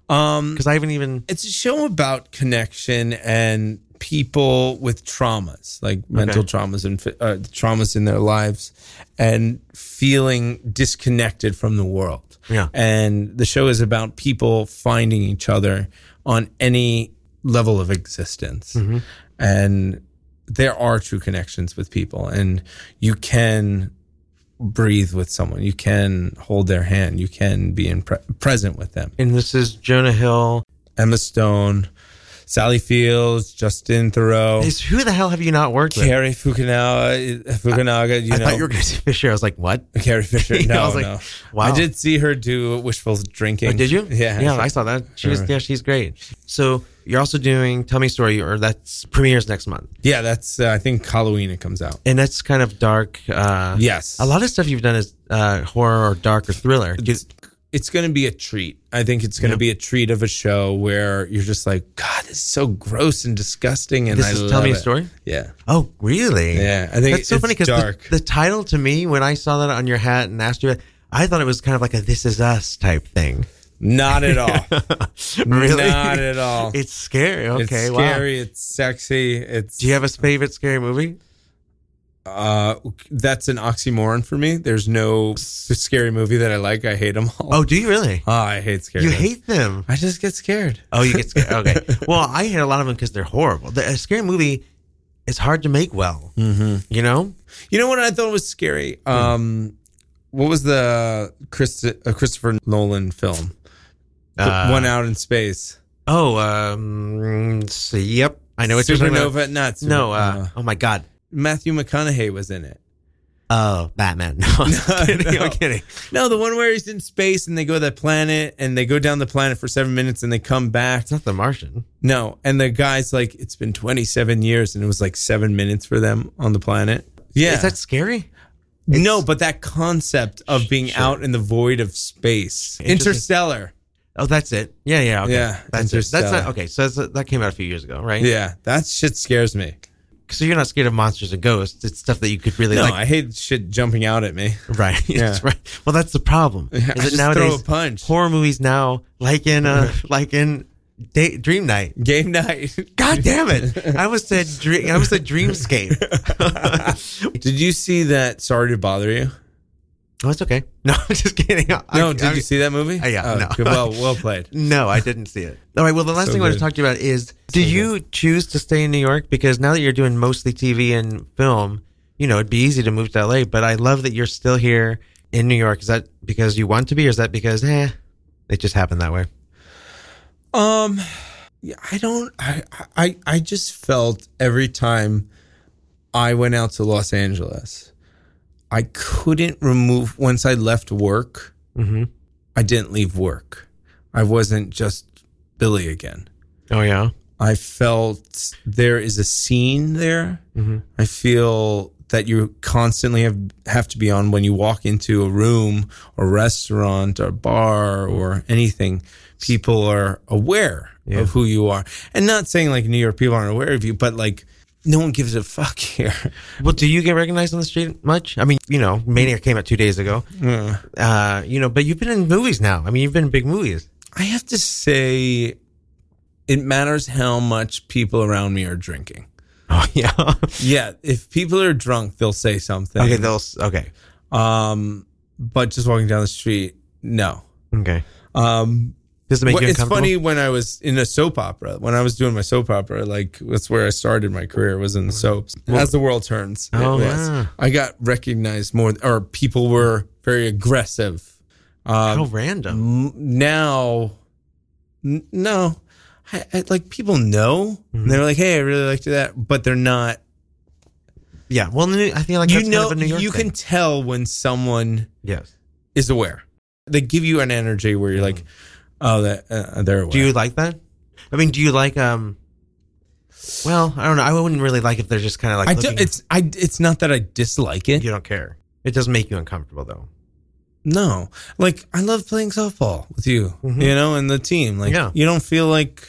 S11: Um,
S4: Because I haven't even.
S11: it's a show about connection and people with traumas, like mental traumas and uh, traumas in their lives, and feeling disconnected from the world.
S4: Yeah.
S11: And the show is about people finding each other on any level of existence. And there are true connections with people, and you can breathe with someone, you can hold their hand, you can be in pre- present with them.
S4: And this is Jonah Hill.
S11: Emma Stone, Sally Fields, Justin Thoreau,
S4: Is who the hell have you not worked with?
S11: Carrie Fukunaga. Fukunaga, you
S4: I
S11: know,
S4: thought you were going to say Fisher. I was like, what?
S11: Carrie Fisher.
S4: You know,
S11: No,
S4: I was like,
S11: no.
S4: wow.
S11: I did see her do Wishful Drinking.
S4: Oh, did you?
S11: Yeah,
S4: Yeah, I saw that. She was. Yeah, she's great. So you're also doing Tell Me Story, or that's premieres next month,
S11: Yeah, that's. Uh, I think Halloween it comes out.
S4: and that's kind of dark. Uh,
S11: Yes,
S4: A lot of stuff you've done is uh, horror or dark or thriller.
S11: It's, it's going to be a treat. I think it's going to
S4: Yeah.
S11: be a treat of a show where you're just like, God, this is so gross and disgusting. And
S4: This
S11: I
S4: is
S11: love
S4: Tell Me a
S11: it."
S4: Story?
S11: Yeah.
S4: Oh, really?
S11: Yeah, I think
S4: that's so
S11: it's
S4: funny because the,
S11: dark.
S4: the title to me, when I saw that on your hat and asked you, I thought it was kind of like a "This Is Us" type thing.
S11: Not at all.
S4: really?
S11: Oh. Not at all.
S4: It's scary. Okay,
S11: it's
S4: wow.
S11: scary. It's sexy. It's
S4: Do you have a favorite scary movie?
S11: Uh, that's an oxymoron for me. There's no scary movie that I like. I hate them all.
S4: Oh, do you really?
S11: Oh, I hate scary.
S4: You
S11: movies.
S4: hate them.
S11: I just get scared.
S4: Oh, you get scared. Okay. well, I hate a lot of them because they're horrible. The, a scary movie is hard to make well.
S11: Mm-hmm.
S4: You know.
S11: You know what I thought was scary? Um, what was the Christ- uh, Christopher Nolan film? The
S4: Uh,
S11: one out in space.
S4: Oh, um, let's see, yep. I know it's
S11: Supernova. Not super-
S4: no. Uh, oh my God.
S11: Matthew McConaughey was in it.
S4: Oh, Batman. No, I'm kidding.
S11: no.
S4: I'm kidding.
S11: No, the one where he's in space and they go to that planet and they go down the planet for seven minutes and they come back.
S4: It's not The Martian.
S11: No, and the guy's like, it's been 27 years and it was like seven minutes for them on the planet. Yeah.
S4: Is that scary?
S11: no, but that concept of being out in the void of space.
S4: Interesting.
S11: Interstellar.
S4: Oh, that's it. Yeah, yeah. Okay.
S11: Yeah,
S4: that's it. That's
S11: Interstellar.
S4: not, okay. So that's, that came out a few years ago, right?
S11: Yeah, that shit scares me.
S4: So you're not scared of monsters and ghosts. It's stuff that you could really
S11: no,
S4: like.
S11: I hate shit jumping out at me.
S4: Right.
S11: Yeah.
S4: That's right. Well, that's the problem.
S11: Yeah,
S4: Is
S11: I
S4: it
S11: just
S4: nowadays
S11: throw a punch.
S4: horror movies now like in uh like in day, Dream Night.
S11: Game night.
S4: God damn it! I almost said dream. I almost said Dreamscape.
S11: Did you see that? Sorry to bother you.
S4: Oh, it's okay. No, I'm just kidding.
S11: No, did you see that movie?
S4: Uh, yeah,
S11: Oh,
S4: no.
S11: good. Well, well played.
S4: No, I didn't see it. All right. Well, the last
S11: So
S4: thing I want to
S11: good.
S4: talk to you about is: Do you choose to stay in New York? Because now that you're doing mostly TV and film, you know it'd be easy to move to LA. But I love that you're still here in New York. Is that because you want to be, or is that because eh, it just happened that way?
S11: Um, yeah, I don't. I, I I just felt every time I went out to Los Angeles, I couldn't remove. Once I left work,
S4: Mm-hmm.
S11: I didn't leave work. I wasn't just Billy again.
S4: Oh yeah.
S11: I felt there is a scene there.
S4: Mhm.
S11: I feel that you constantly have, have to be on when you walk into a room or restaurant or bar or anything. People are aware
S4: Yeah.
S11: of who you are. And not saying like New York people aren't aware of you, but like no one gives a fuck here.
S4: Well, do you get recognized on the street much? I mean, you know, Maniac came out two days ago.
S11: Yeah.
S4: Uh, you know, but you've been in movies now. I mean, you've been in big movies.
S11: I have to say, it matters how much people around me are drinking.
S4: Oh yeah.
S11: Yeah, if people are drunk, they'll say something.
S4: okay. They'll. s- Okay.
S11: Um, but just walking down the street, no.
S4: Okay.
S11: Um,
S4: Does it make
S11: what-
S4: you
S11: it's
S4: uncomfortable?
S11: funny when I was in a soap opera. When I was doing my soap opera, like that's where I started my career was in the soaps. As the world turns, it
S4: Oh,
S11: was.
S4: yeah.
S11: I got recognized more, or people were very aggressive.
S4: How
S11: Um,
S4: random.
S11: m- now, n- no, I, I, like people know.
S4: Mm-hmm.
S11: And they're like, "Hey, I really liked that," but they're not
S4: Yeah. Well, New- I feel like
S11: you
S4: that's
S11: know,
S4: kind of a New York
S11: you
S4: thing.
S11: can tell when someone
S4: Yes.
S11: is aware. They give you an energy where you're like, oh, that uh, they're aware.
S4: Do you like that? I mean, do you like um? Well, I don't know. I wouldn't really like if they're just kind of like.
S11: I do,
S4: looking-
S11: it's I. It's not that I dislike it.
S4: you don't care. It doesn't make you uncomfortable though.
S11: No, like I love playing softball with you. You know, and the team. Like
S4: Mm-hmm. Yeah.
S11: you don't feel like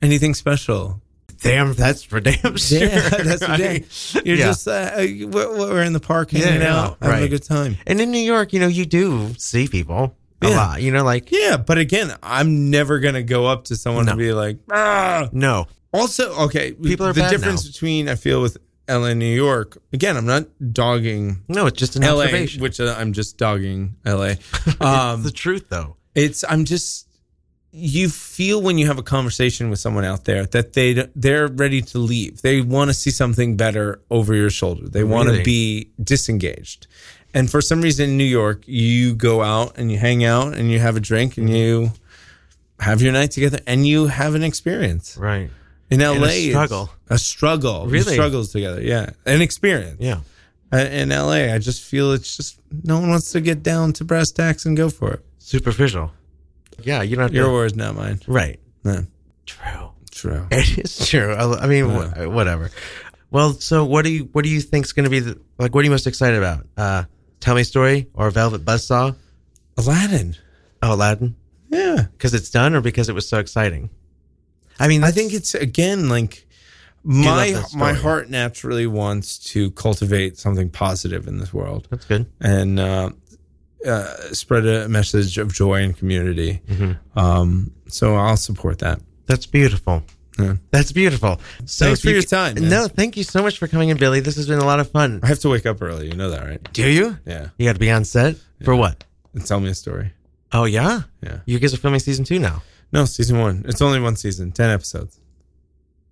S11: anything special.
S4: Damn, that's for damn sure.
S11: Yeah, that's the day. You're
S4: Yeah.
S11: just uh, we're, we're in the park hanging
S4: Yeah,
S11: out, having a
S4: right.
S11: good time.
S4: And in New York, you know, you do see people a
S11: Yeah.
S4: lot. You know, like
S11: Yeah, but again, I'm never gonna go up to someone
S4: No.
S11: and be like, ah,
S4: no,
S11: Also, okay,
S4: People are
S11: the
S4: bad
S11: difference
S4: now.
S11: between I feel with LA and New York. Again, I'm not dogging
S4: no. It's just an
S11: LA,
S4: observation.
S11: which uh, I'm just dogging LA.
S4: it's
S11: Um,
S4: the truth though.
S11: it's I'm just you feel when you have a conversation with someone out there that they d- they're ready to leave. They want to see something better over your shoulder. They want to
S4: Really?
S11: be disengaged. And for some reason in New York, you go out and you hang out and you have a drink and you have your night together and you have an experience.
S4: Right.
S11: In LA,
S4: a
S11: it's
S4: struggle.
S11: a struggle, We
S4: Really?
S11: struggles together. Yeah, an experience.
S4: Yeah.
S11: I- Uh, In LA, I just feel it's just no one wants to get down to brass tacks and go for it.
S4: Superficial. Yeah, you don't. Have
S11: Your
S4: to,
S11: words, not mine.
S4: right.
S11: No,
S4: True.
S11: true.
S4: It is true. I, I mean, wh- whatever. Well, so what do you what do you think's going to be the, like? What are you most excited about? Uh, Tell me a story or Velvet Buzzsaw?
S11: Aladdin.
S4: Oh, Aladdin,
S11: Yeah,
S4: because it's done or because it was so exciting? I mean,
S11: I think it's again like
S4: You
S11: my
S4: love that
S11: my
S4: story.
S11: heart naturally wants to cultivate something positive in this world
S4: that's good.
S11: and uh, uh, spread a
S4: Mm-hmm.
S11: message of joy and community. Um, so I'll support that.
S4: That's beautiful. That's beautiful. So
S11: Thanks
S4: if
S11: for
S4: you
S11: your
S4: c-
S11: time, man.
S4: No, thank you so much for coming in, Billy. This has been a lot of fun.
S11: I have to wake up early. You know that, right?
S4: Do you?
S11: Yeah.
S4: You got to be on set for what?
S11: And tell me a story.
S4: Oh yeah,
S11: Yeah.
S4: you guys are filming season two now,
S11: No, season one. It's only one season, ten episodes.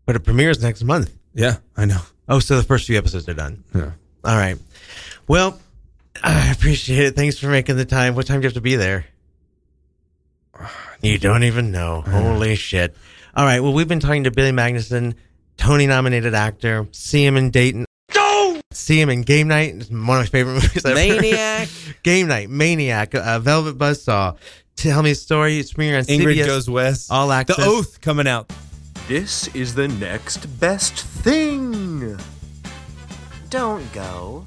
S4: but it premieres next month.
S11: Yeah, I know.
S4: Oh, so the first few episodes are done.
S11: Yeah.
S4: All right. Well, I appreciate it. Thanks for making the time. What time do you have to be there? You don't even know.
S11: Uh.
S4: Holy shit. All right. Well, we've been talking to Billy Magnuson, Tony nominated actor. See him in Dayton. No! See him in Game Night. It's one of my favorite movies ever.
S11: Maniac.
S4: Game Night, Maniac, uh, Velvet Buzzsaw. Tell me a story. It's premiering on
S11: Ingrid
S4: CBS.
S11: Goes West.
S4: All access.
S11: The Oath coming out.
S6: This is the next best thing. Don't go.